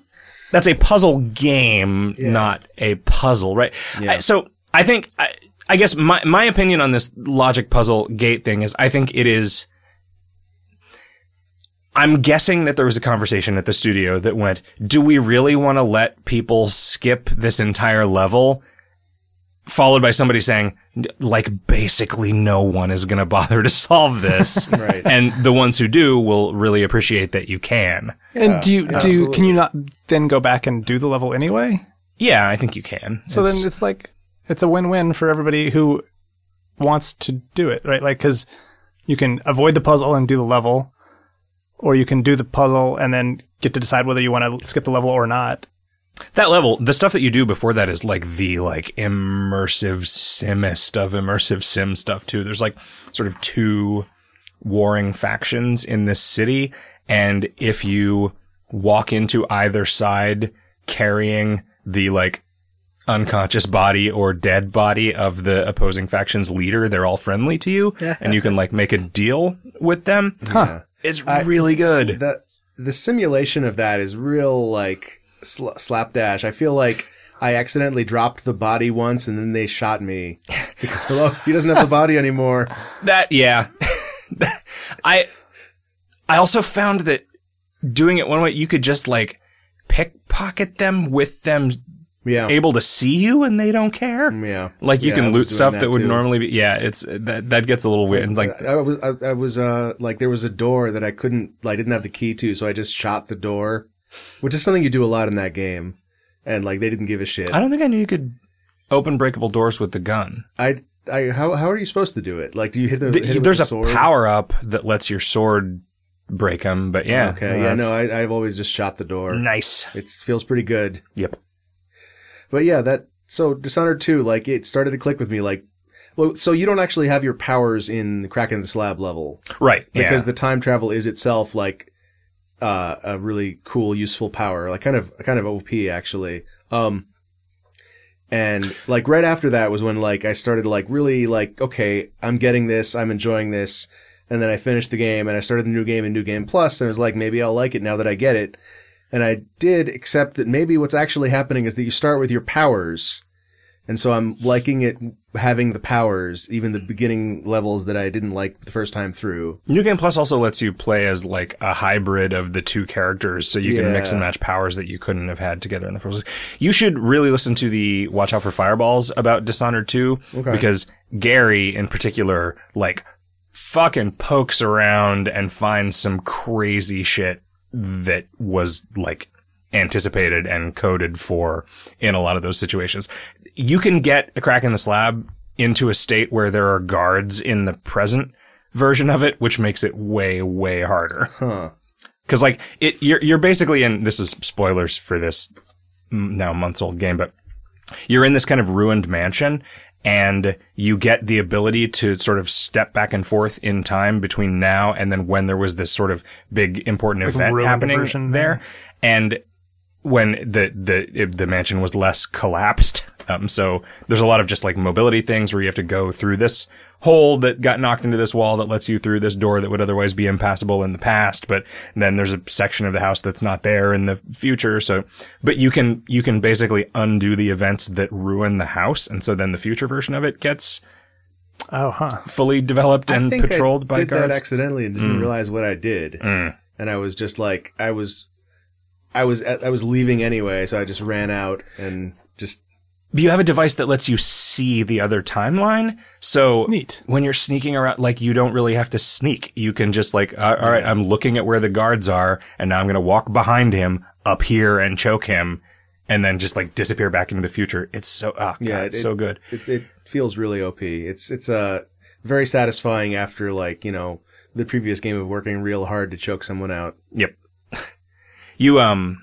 S1: that's a puzzle game, not a puzzle, right? I- so I think I, I guess my my opinion on this logic puzzle gate thing is I think it is I'm guessing that there was a conversation at the studio that went, "Do we really want to let people skip this entire level?" Followed by somebody saying, "N- "Like basically no one is going to bother to solve this."
S2: Right.
S1: And the ones who do will really appreciate that you can.
S3: and do you do you, can you not then go back and do the level anyway?
S1: Yeah, I think you can.
S3: So
S1: It's-
S3: then it's like it's a win-win for everybody who wants to do it, right? Like because you can avoid the puzzle and do the level, or you can do the puzzle and then get to decide whether you want to skip the level or not.
S1: that level, the stuff that you do before that is like the like immersive simist of immersive sim stuff too. There's like sort of two warring factions in this city, and if you walk into either side carrying the like unconscious body or dead body of the opposing faction's leader, they're all friendly to you, and you can like make a deal with them.
S3: Huh.
S1: It's really good.
S2: the the simulation of that is real like sl- slapdash. I feel like I accidentally dropped the body once and then they shot me because hello, he doesn't have the body anymore.
S1: That yeah. I I also found that doing it one way you could just like pickpocket them with them
S2: Yeah,
S1: able to see you and they don't care.
S2: yeah.
S1: Like you
S2: Yeah, I
S1: can
S2: was
S1: loot
S2: doing
S1: stuff that, would
S2: too.
S1: normally be yeah, it's that that gets a little weird. And like
S2: I was I, I was uh like there was a door that I couldn't I didn't have the key to, so I just shot the door, which is something you do a lot in that game, and like they didn't give a shit.
S1: I don't think I knew you could open breakable doors with the gun.
S2: I I how how are you supposed to do it? Like do you hit them?
S1: The-
S2: hit them
S1: there's
S2: with
S1: a
S2: the sword?
S1: power up that lets your sword break them, but yeah.
S2: Okay, yeah,
S1: that's
S2: no, I, I've always just shot the door.
S1: nice.
S2: It feels pretty good.
S1: Yep.
S2: But yeah, that so Dishonored 2, like it started to click with me. Like, well, so you don't actually have your powers in the Kraken the Slab level
S1: Right.
S2: because
S1: yeah.
S2: the time travel is itself like uh, a really cool, useful power, like kind of kind of OP actually. Um, and like right after that was when like I started like really like okay, I'm getting this, I'm enjoying this, and then I finished the game and I started the new game and new game plus, and I was like maybe I'll like it now that I get it, and I did, except that maybe what's actually happening is that you start with your powers. And so I'm liking it having the powers, even the beginning levels that I didn't like the first time through.
S1: New Game Plus also lets you play as like a hybrid of the two characters, so you can mix
S2: Yeah.
S1: and match powers that you couldn't have had together in the first. place. You should really listen to the Watch Out for Fireballs about Dishonored 2 because Gary, in particular, like fucking pokes around and finds some crazy shit that was like anticipated and coded for in a lot of those situations. You can get a crack in the slab into a state where there are guards in the present version of it, which makes it way, way harder. Cause like it, you're, you're basically in, this is spoilers for this mm, now months old game, but you're in this kind of ruined mansion and you get the ability to sort of step back and forth in time between now and then when there was this sort of big important event
S3: ruined
S1: happening
S3: version
S1: there. And when the the the mansion was less collapsed. Um, so there's a lot of just like mobility things where you have to go through this hole that got knocked into this wall that lets you through this door that would otherwise be impassable in the past. But then there's a section of the house that's not there in the future. So, but you can you can basically undo the events that ruin the house, and so then the future version of it gets
S3: Oh, huh.
S1: fully developed and
S2: think
S1: patrolled
S2: I
S1: by
S2: did
S1: guards. Mm.
S2: That accidentally and didn't realize what I did, and I was just like, I was, I was, I was leaving anyway, so I just ran out and just
S1: you have a device that lets you see the other timeline. So
S3: Neat.
S1: when you're sneaking around, like you don't really have to sneak. You can just like, uh, all right, I'm looking at where the guards are and now I'm going to walk behind him up here and choke him and then just like disappear back into the future. It's so, ah, God,
S2: Yeah,
S1: it's
S2: it-
S1: so good.
S2: it, it feels really OP. It's it's uh, very satisfying after like you know the previous game of working real hard to choke someone out.
S1: Yep. you um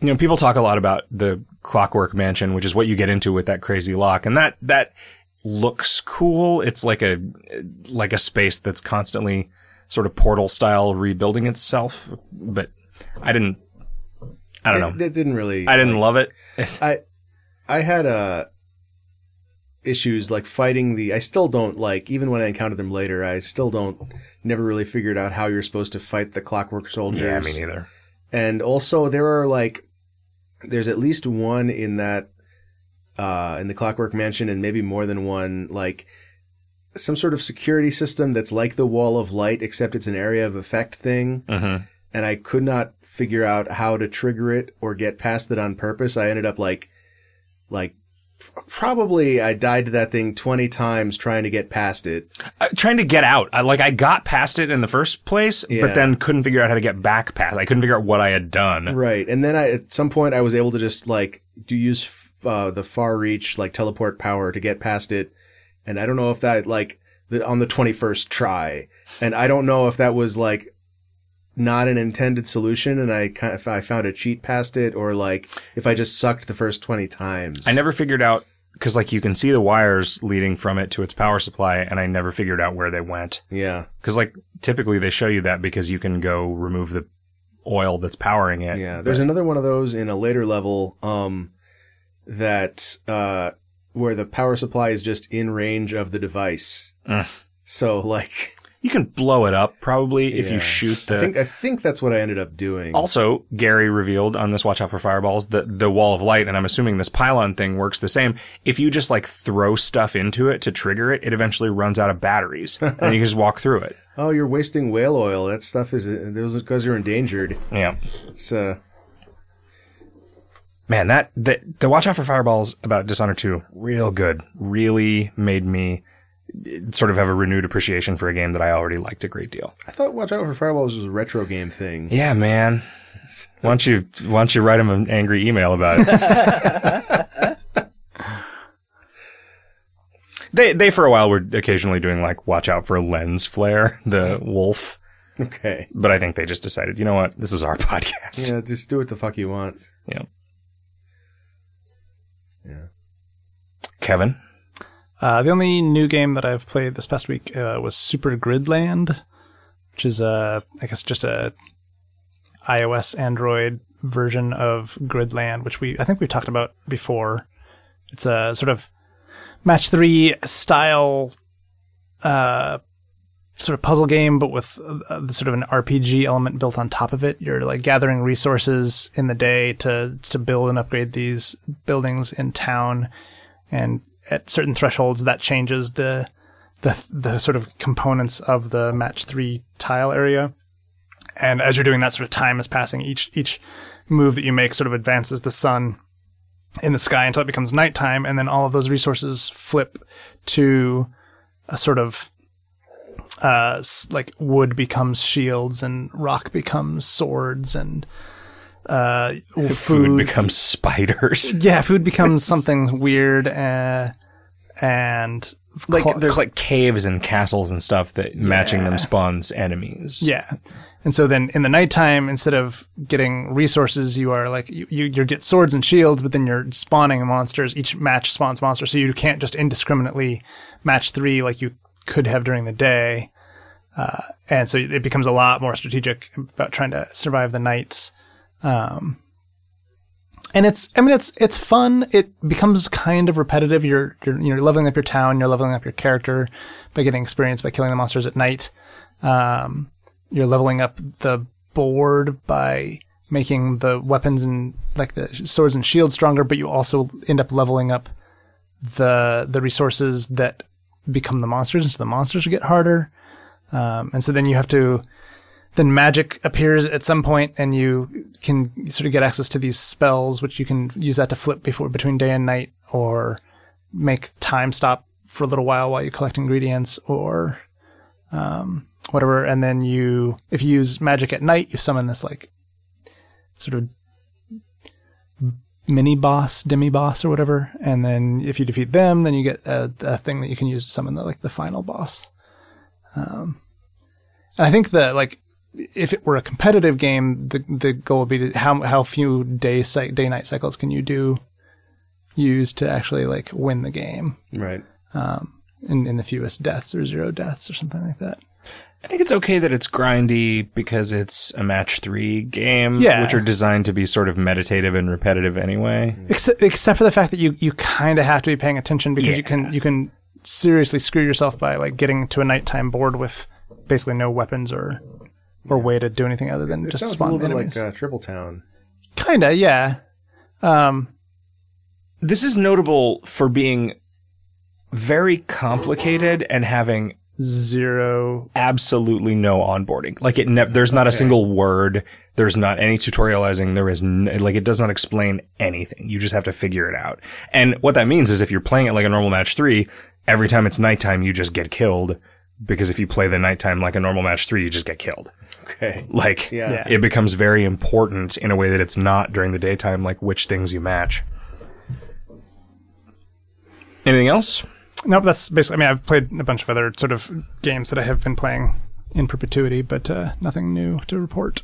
S1: you know, people talk a lot about the clockwork mansion, which is what you get into with that crazy lock. And that that looks cool. It's like a like a space that's constantly sort of portal style rebuilding itself, but I didn't I don't
S2: It,
S1: know.
S2: it didn't really.
S1: I didn't love it.
S2: I had uh issues like fighting the I still don't like even when I encountered them later I still don't never really figured out how you're supposed to fight the clockwork soldiers
S1: Yeah, me neither.
S2: and also there are like there's at least one in that uh in the clockwork mansion and maybe more than one like some sort of security system that's like the wall of light except it's an area of effect thing
S1: Mhm.
S2: and i could not figure out how to trigger it or get past it on purpose i ended up like like probably i died to that thing 20 times trying to get past it
S1: Uh, trying to get out. I, like I got past it in the first place,
S2: Yeah.
S1: but then couldn't figure out how to get back past. I couldn't figure out what I had done.
S2: Right, and then I, at some point I was able to just like do use f- uh, the far reach like teleport power to get past it, and I don't know if that like the, on the twenty first try, and I don't know if that was like not an intended solution, and I kind of I found a cheat past it, or like if I just sucked the first twenty times.
S1: I never figured out because like you can see the wires leading from it to its power supply, and I never figured out where they went
S2: Yeah,
S1: because like typically they show you that because you can go remove the oil that's powering it.
S2: Yeah, there's another one of those in a later level um, that uh, where the power supply is just in range of the device.
S1: Ugh.
S2: So like,
S1: You can blow it up probably if
S2: Yeah.
S1: you shoot the.
S2: I think I think that's what I ended up doing.
S1: also, Gary revealed on this Watch Out for Fireballs that the wall of light, and I'm assuming this pylon thing works the same. If you just like throw stuff into it to trigger it, it eventually runs out of batteries, and you can just walk through it.
S2: oh, you're wasting whale oil. That stuff is those because you're endangered.
S1: Yeah,
S2: It's uh,
S1: man, that the, the Watch Out for Fireballs about Dishonored 2, real good, really made me eh, sort of have a renewed appreciation for a game that I already liked a great deal.
S2: I thought Watch Out for Fireballs was a retro game thing.
S1: Yeah, man. Why don't you why don't you write him an angry email about it? they they for a while were occasionally doing like watch out for lens flare, the wolf,
S2: Okay.
S1: but I think they just decided, you know what, this is our podcast.
S2: Yeah, just do what the fuck you want.
S1: Kevin.
S3: Uh, the only new game that I've played this past week uh, was Super Gridland, which is a, I guess, just a iOS Android version of Gridland, which we I think we've talked about before. It's a sort of match three style, uh, sort of puzzle game, but with uh, the sort of an RPG element built on top of it. You're like gathering resources in the day to to build and upgrade these buildings in town and at certain thresholds that changes the the the sort of components of the match 3 tile area and as you're doing that sort of time is passing each each move that you make sort of advances the sun in the sky until it becomes nighttime and then all of those resources flip to a sort of uh s- like wood becomes shields and rock becomes swords and uh food,
S1: Food becomes spiders.
S3: yeah, food becomes something weird, uh, and
S1: Like
S3: cla-
S1: there's like caves and castles and stuff that matching them spawns enemies.
S3: yeah. And so then in the nighttime, instead of getting resources, you are like you, you you get swords and shields, but then you're spawning monsters. Each match spawns monsters, so you can't just indiscriminately match three like you could have during the day. Uh, and so it becomes a lot more strategic about trying to survive the nights. Um, and it's I mean it's it's fun. It becomes kind of repetitive. You're you're you're leveling up your town. You're leveling up your character by getting experience by killing the monsters at night. Um, you're leveling up the board by making the weapons and like the swords and shields stronger. But you also end up leveling up the the resources that become the monsters. And so the monsters get harder. Um, and so then you have to then magic appears at some point and you can sort of get access to these spells which you can use that to flip before between day and night or make time stop for a little while while you collect ingredients or um, whatever and then you if you use magic at night you summon this like sort of mini boss demi boss or whatever and then if you defeat them then you get a, a thing that you can use to summon the like the final boss Um, and I think that like if it were a competitive game, the the goal would be to how how few day cy- day night cycles can you do use to actually like win the game
S2: Right.
S3: in, in the fewest deaths or zero deaths or something like that.
S1: I think it's okay that it's grindy because it's a match three game,
S3: Yeah.
S1: which are designed to be sort of meditative and repetitive anyway.
S3: Except except for the fact that you you kind of have to be paying attention because you can you can seriously screw yourself by like getting to a nighttime board with basically no weapons or or way to do anything other than
S2: It
S3: just
S2: sounds a
S3: spawn
S2: little bit
S3: enemies.
S2: like uh, Triple Town.
S3: kinda, yeah. Um,
S1: This is notable for being very complicated and having
S3: zero.
S1: absolutely no onboarding. Like it, ne- there's not a single word. There's not any tutorializing. There is n- like it does not explain anything. You just have to figure it out. And what that means is if you're playing it like a normal match three, every time it's nighttime, you just get killed. Because if you play the nighttime like a normal match three, you just get killed.
S2: Okay.
S3: Mm.
S1: Like
S2: Yeah.
S3: Yeah.
S1: it becomes very important in a way that it's not during the daytime, like which things you match. Anything else?
S3: Nope, that's basically. I mean, I've played a bunch of other sort of games that I have been playing in perpetuity, but uh, nothing new to report.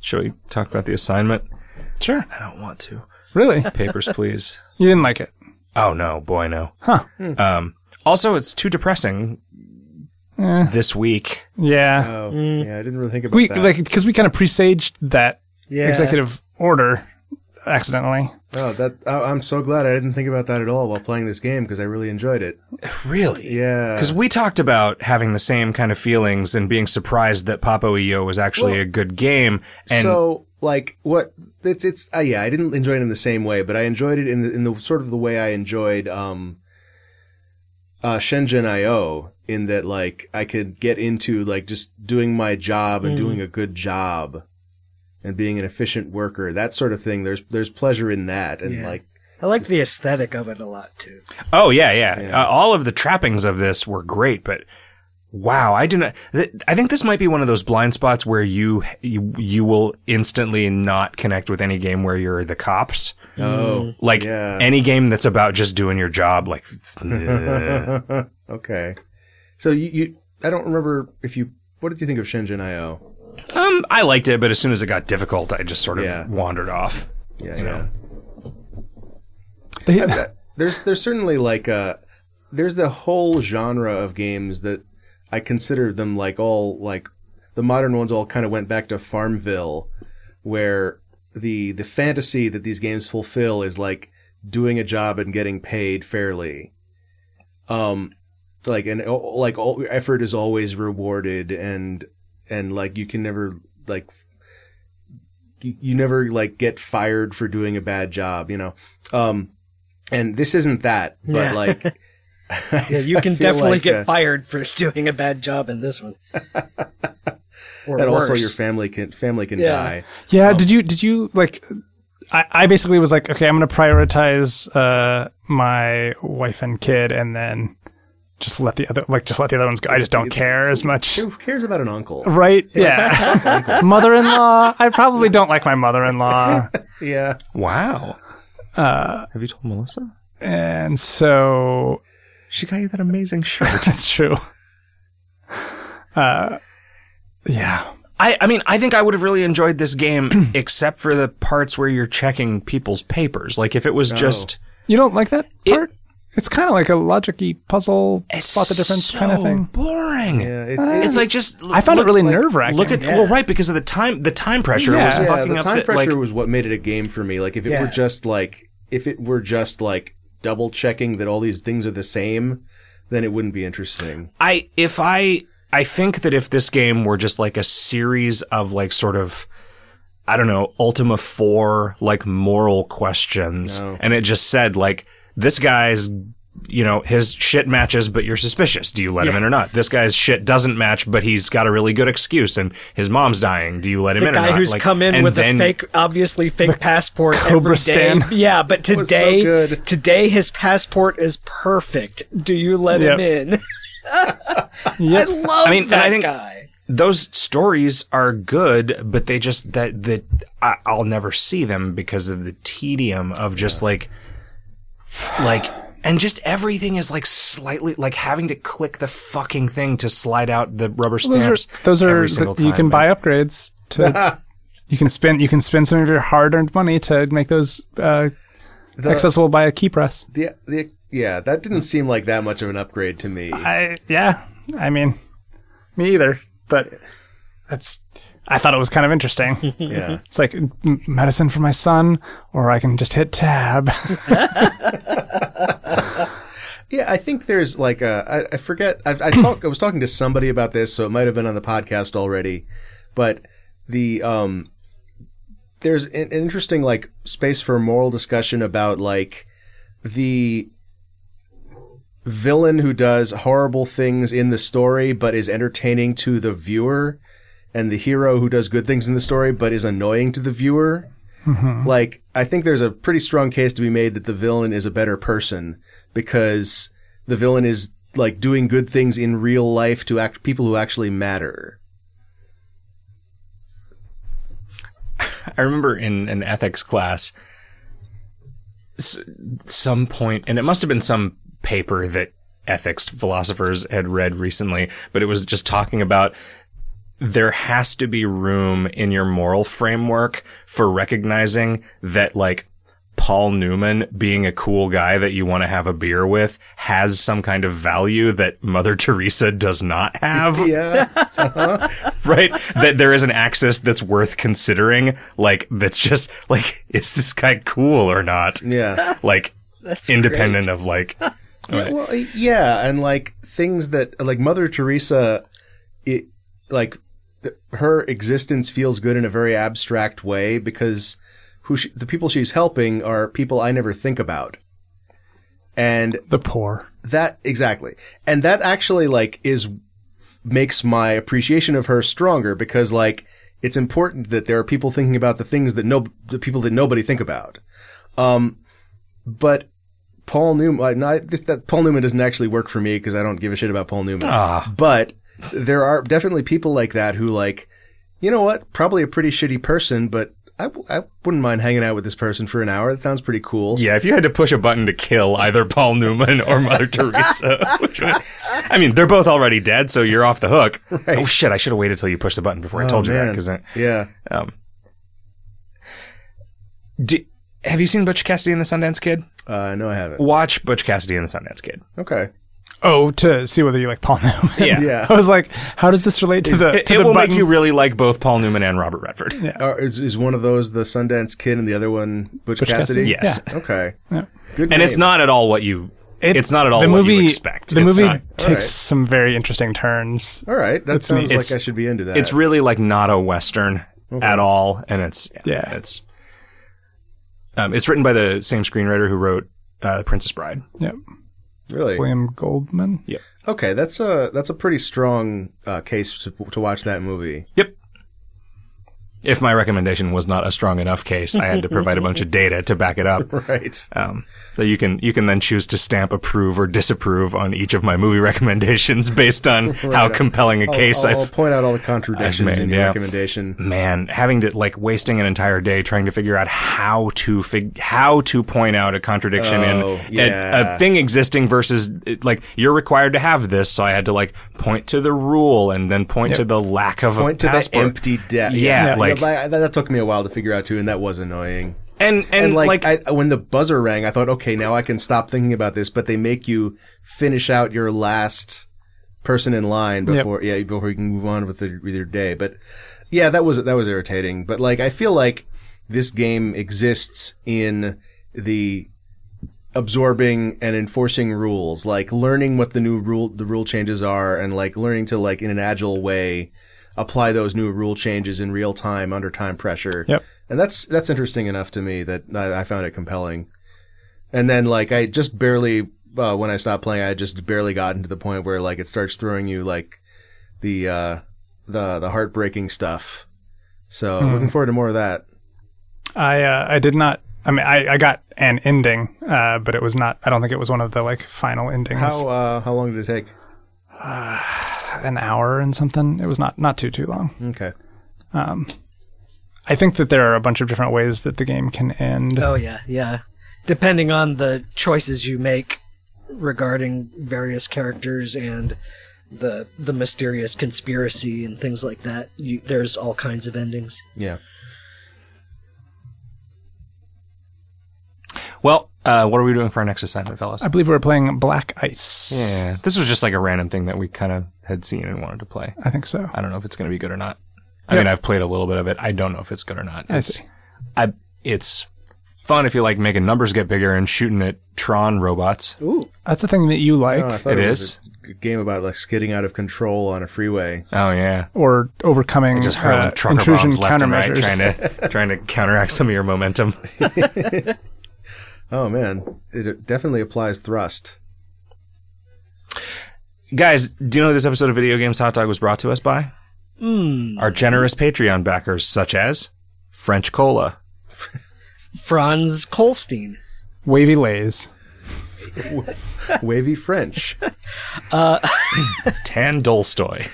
S1: Shall we talk about the assignment?
S3: Sure.
S1: I don't want to.
S3: Really?
S1: Papers, please.
S3: you didn't like it?
S1: Oh no, boy no.
S3: Huh.
S1: Um, also, it's too depressing.
S2: Eh.
S1: this week.
S3: Yeah.
S2: Oh, yeah, I didn't really think about
S3: we
S2: that.
S3: like because we kind of presaged that
S4: Yeah.
S3: executive order accidentally.
S2: oh, that oh, I'm so glad I didn't think about that at all while playing this game because I really enjoyed it.
S1: Really?
S2: Yeah.
S1: Because we talked about having the same kind of feelings and being surprised that Pop OEO was actually
S2: Well,
S1: a good game. And
S2: so like what it's it's uh, yeah I didn't enjoy it in the same way, but I enjoyed it in the, in the sort of the way I enjoyed um, uh, Shenzhen IO in that like I could get into like just doing my job
S1: Mm.
S2: and doing a good job and being an efficient worker that sort of thing. There's there's pleasure in that and
S4: Yeah.
S2: like
S4: I like the aesthetic of it a lot too.
S1: oh yeah, yeah, Uh, all of the trappings of this were great, but wow, I do not. Th- I think this might be one of those blind spots where you you, you will instantly not connect with any game where you're the cops.
S2: oh
S1: Like
S2: Yeah.
S1: any game that's about just doing your job. Like eh.
S2: okay, so you, you I don't remember if you what did you think of Shenzhen IO?
S1: um, I liked it, but as soon as it got difficult, I just sort of
S2: Yeah.
S1: wandered off.
S2: Yeah,
S1: You know.
S2: yeah.
S3: They-
S2: that- there's there's certainly like uh there's the whole genre of games that I consider them like all like the modern ones all kind of went back to Farmville where the the fantasy that these games fulfill is like doing a job and getting paid fairly um like and uh, like all effort is always rewarded and and like you can never like f- you, you never like get fired for doing a bad job you know um and this isn't that but
S4: Yeah.
S2: like
S4: Yeah, you
S2: I
S4: can
S2: feel
S4: definitely
S2: like,
S4: get
S2: uh,
S4: fired for doing a bad job in this one. or
S2: and also
S4: worse.
S2: your family can family can
S4: Yeah.
S2: die
S3: yeah. Did you did you like? I, I basically was like, okay, I'm going to prioritize uh, my wife and kid, and then just let the other like just let the other ones go. I just don't care as much.
S2: who cares about an uncle
S3: Right? Yeah. mother-in-law. I probably don't like my mother-in-law.
S2: yeah
S1: Wow. Uh, Have you told Melissa?
S3: And so
S1: She got you that amazing shirt.
S3: that's true. Uh yeah.
S1: I, I mean, I think I would have really enjoyed this game, except for the parts where you're checking people's papers. Like, if it was just
S3: You don't like that
S1: It-
S3: part? it's kind of like a logic-y puzzle,
S1: it's
S3: spot the difference
S1: so
S3: kind of thing.
S1: boring.
S2: yeah it's,
S1: It's like just.
S3: I found it
S1: look-
S3: really
S1: like,
S3: nerve-wracking.
S1: Look at well, right because of the time. The time pressure
S3: Yeah.
S1: was
S3: Yeah,
S2: yeah,
S1: fucking
S2: the
S1: up.
S2: time
S1: the-
S2: pressure
S1: like,
S2: was what made it a game for me. Like if it
S4: Yeah.
S2: were just like if it were just like double checking that all these things are the same, then it wouldn't be interesting.
S1: I if I I think that if this game were just like a series of like sort of I don't know Ultima Four like moral questions, and it just said like this guy's you know his shit matches, but you're suspicious. Do you let him in or not? This guy's shit doesn't match, but he's got a really good excuse, and his mom's dying. Do you let him
S4: the
S1: in or not?
S4: guy who's
S1: Like,
S4: come in
S1: and
S4: with
S1: then-
S4: a fake, obviously fake passport.
S3: Cobra
S4: every day.
S3: Stan.
S4: Yeah, but
S2: was so
S4: today,
S2: good.
S4: today his passport is perfect. Do you let
S3: Yep.
S4: him in?
S3: Yep.
S4: I love
S1: I mean, and
S4: that
S1: I think-
S4: guy.
S1: those stories are good, but they just that that I, I'll never see them because of the tedium of just like like and just everything is like slightly like having to click the fucking thing to slide out the rubber
S3: Those
S1: stamps.
S3: are those are
S1: every
S3: the,
S1: single
S3: you
S1: time.
S3: can buy upgrades to you can spend you can spend some of your hard-earned money to make those uh, accessible by a key press.
S2: The the yeah, that didn't
S1: Mm.
S2: seem like that much of an upgrade to me.
S3: I yeah. I mean, me either, but that's I thought it was kind of interesting.
S2: yeah.
S3: It's like m- medicine for my son, or I can just hit tab.
S2: Yeah, I think there's like a I, I forget I, I talk I was talking to somebody about this, so it might have been on the podcast already, but the um there's an interesting like space for moral discussion about like the villain who does horrible things in the story but is entertaining to the viewer and the hero who does good things in the story but is annoying to the viewer like I think there's a pretty strong case to be made that the villain is a better person because the villain is like doing good things in real life to act people who actually matter.
S1: I remember in an ethics class, s- some point, and it must have been some paper that ethics philosophers had read recently, but it was just talking about there has to be room in your moral framework for recognizing that, like, Paul Newman being a cool guy that you want to have a beer with has some kind of value that Mother Teresa does not have,
S2: Yeah. Uh-huh.
S1: right? That there is an axis that's worth considering. Like, that's just like, is this guy cool or not?
S2: Yeah.
S1: Like,
S4: That's
S1: independent of like,
S2: Yeah, well, yeah, and like things that like Mother Teresa, it like th- her existence feels good in a very abstract way because who she, the people she's helping are people I never think about, and
S3: The poor.
S2: that exactly, and that actually like is makes my appreciation of her stronger because like it's important that there are people thinking about the things that no the people that nobody think about. Um, but Paul Newman, I, this, that Paul Newman doesn't actually work for me because I don't give a shit about Paul Newman.
S1: Ah.
S2: But there are definitely people like that who like, you know what? Probably a pretty shitty person, but I, w- I wouldn't mind hanging out with this person for an hour. That sounds pretty cool.
S1: yeah, if you had to push a button to kill either Paul Newman or Mother Teresa, which one? I mean, they're both already dead, so you're off the hook. Oh shit, I should have waited till you pushed the button
S3: Oh,
S1: before I told you that
S2: man.
S1: 'cause that.
S2: Yeah.
S1: Do, have you seen Butch Cassidy and the Sundance Kid?
S2: Uh, no, I haven't.
S1: Watch Butch Cassidy and the Sundance Kid.
S2: Okay.
S3: Oh, to see whether you like Paul Newman.
S1: Yeah.
S2: Yeah.
S3: I was like, how does this relate to the?
S1: It,
S3: to
S1: it
S3: the
S1: will
S3: button?
S1: make you really like both Paul Newman and Robert Redford.
S2: Are, Oh, is, is one of those the Sundance Kid and the other one Butch, Cassidy?
S3: Cassidy?
S1: Yes.
S2: Okay. Good.
S1: And it's
S2: name.
S1: not at all what you.
S3: It-
S1: it's not at all
S3: the
S1: what
S3: movie,
S1: you expect.
S3: The
S1: it's
S3: movie
S1: Not,
S3: takes
S2: Alright.
S3: some very interesting turns.
S2: All right. That
S3: It's
S2: sounds
S3: neat.
S2: like
S1: It's-
S2: I should be into that.
S1: it's really like not a western at all, and it's
S3: Yeah.
S1: It's um, it's written by the same screenwriter who wrote uh, Princess Bride.
S3: Yep.
S2: really
S3: William Goldman.
S2: okay. That's a that's a pretty strong uh, case to, to watch that movie.
S1: Yep. If my recommendation was not a strong enough case, I had to provide a bunch of data to back it up.
S2: Right.
S1: Um, so you can you can then choose to stamp approve or disapprove on each of my movie recommendations based on how compelling a case
S2: I'll,
S1: I've.
S2: I'll point out all the contradictions
S1: I've made,
S2: in your
S1: yeah.
S2: recommendation.
S1: Man, having to like wasting an entire day trying to figure out how to fig- how to point out a contradiction
S2: Oh,
S1: in a,
S2: yeah.
S1: a thing existing versus it- like you're required to have this, so I had to like point to the rule and then point to the lack of
S2: Point
S1: a
S2: to the
S1: passport.
S2: empty debt.
S1: Yeah, like-
S2: that, that took me a while to figure out too, and that was annoying.
S1: and, and
S2: And like,
S1: like
S2: I, when the buzzer rang, I thought, okay, now I can stop thinking about this. But they make you finish out your last person in line before, yeah, before you can move on with, the, with your day. But yeah, that was that was irritating. But like, I feel like this game exists in the absorbing and enforcing rules, like learning what the new rule the rule changes are, and like learning to like in an agile way apply those new rule changes in real time under time pressure.
S3: Yep.
S2: And that's that's interesting enough to me that I, I found it compelling. And then like I just barely uh, when I stopped playing, I had just barely gotten to the point where like it starts throwing you like the uh, the the heartbreaking stuff. So looking forward to more of that.
S3: I uh, I did not. I mean, I, I got an ending, uh, but it was not. I don't think it was one of the like final endings.
S2: How uh, how long did it take?
S3: An hour and something. It was not not too too long.
S2: Okay.
S3: I think that there are a bunch of different ways that the game can end.
S4: Oh yeah, yeah. Depending on the choices you make regarding various characters and the the mysterious conspiracy and things like that, you, there's all kinds of endings.
S2: Yeah.
S1: Well, uh, what are we doing for our next assignment, fellas?
S3: I believe we were playing Black Ice.
S1: Yeah, this was just like a random thing that we kind of had seen and wanted to play.
S3: I think so.
S1: I don't know if it's going to be good or not. I
S3: Yeah.
S1: mean, I've played a little bit of it. I don't know if it's good or not.
S3: I
S1: It's,
S3: see.
S1: I, it's fun if you like making numbers get bigger and shooting at Tron robots.
S4: Ooh,
S3: That's a thing that you like,
S2: Oh, I thought
S1: It
S2: was a g- game about like skidding out of control on a freeway.
S1: Oh yeah,
S3: or overcoming
S1: just hurling
S3: uh,
S1: trucker
S3: intrusion
S1: bombs left and right,
S3: countermeasures.
S1: trying to trying to counteract some of your momentum.
S2: Oh man, it definitely applies thrust.
S1: Guys, do you know this episode of Video Games Hot Dog was brought to us by our generous Patreon backers, such as French Cola,
S4: Franz Kolstein.
S3: Wavy lays.
S2: Wavy French.
S1: Tan Dolstoy.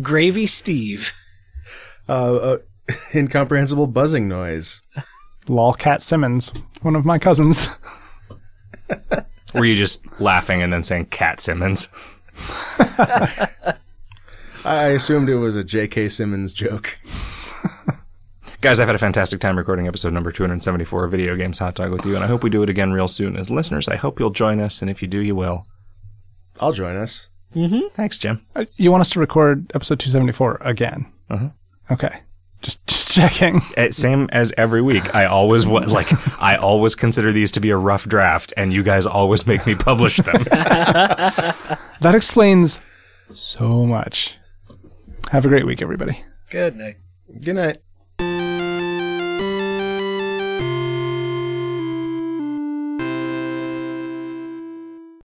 S4: Gravy Steve.
S2: Uh, uh, incomprehensible buzzing noise.
S3: Lolcat Simmons, one of my cousins.
S1: Were you just laughing and then saying Cat Simmons?
S2: I I assumed it was a J.K. Simmons joke.
S1: Guys, I've had a fantastic time recording episode number 274 of Video Games Hot Dog with you, and I hope we do it again real soon. As listeners, I hope you'll join us, and if you do, you will.
S2: I'll join us.
S1: Thanks, Jim.
S3: Uh, You want us to record episode 274 again?
S1: Uh-huh.
S3: Okay. Just, just checking.
S1: Uh, same as every week. I always wa- like I always consider these to be a rough draft, and you guys always make me publish them.
S3: That explains so much. Have a great week, everybody.
S4: Good night.
S2: Good night.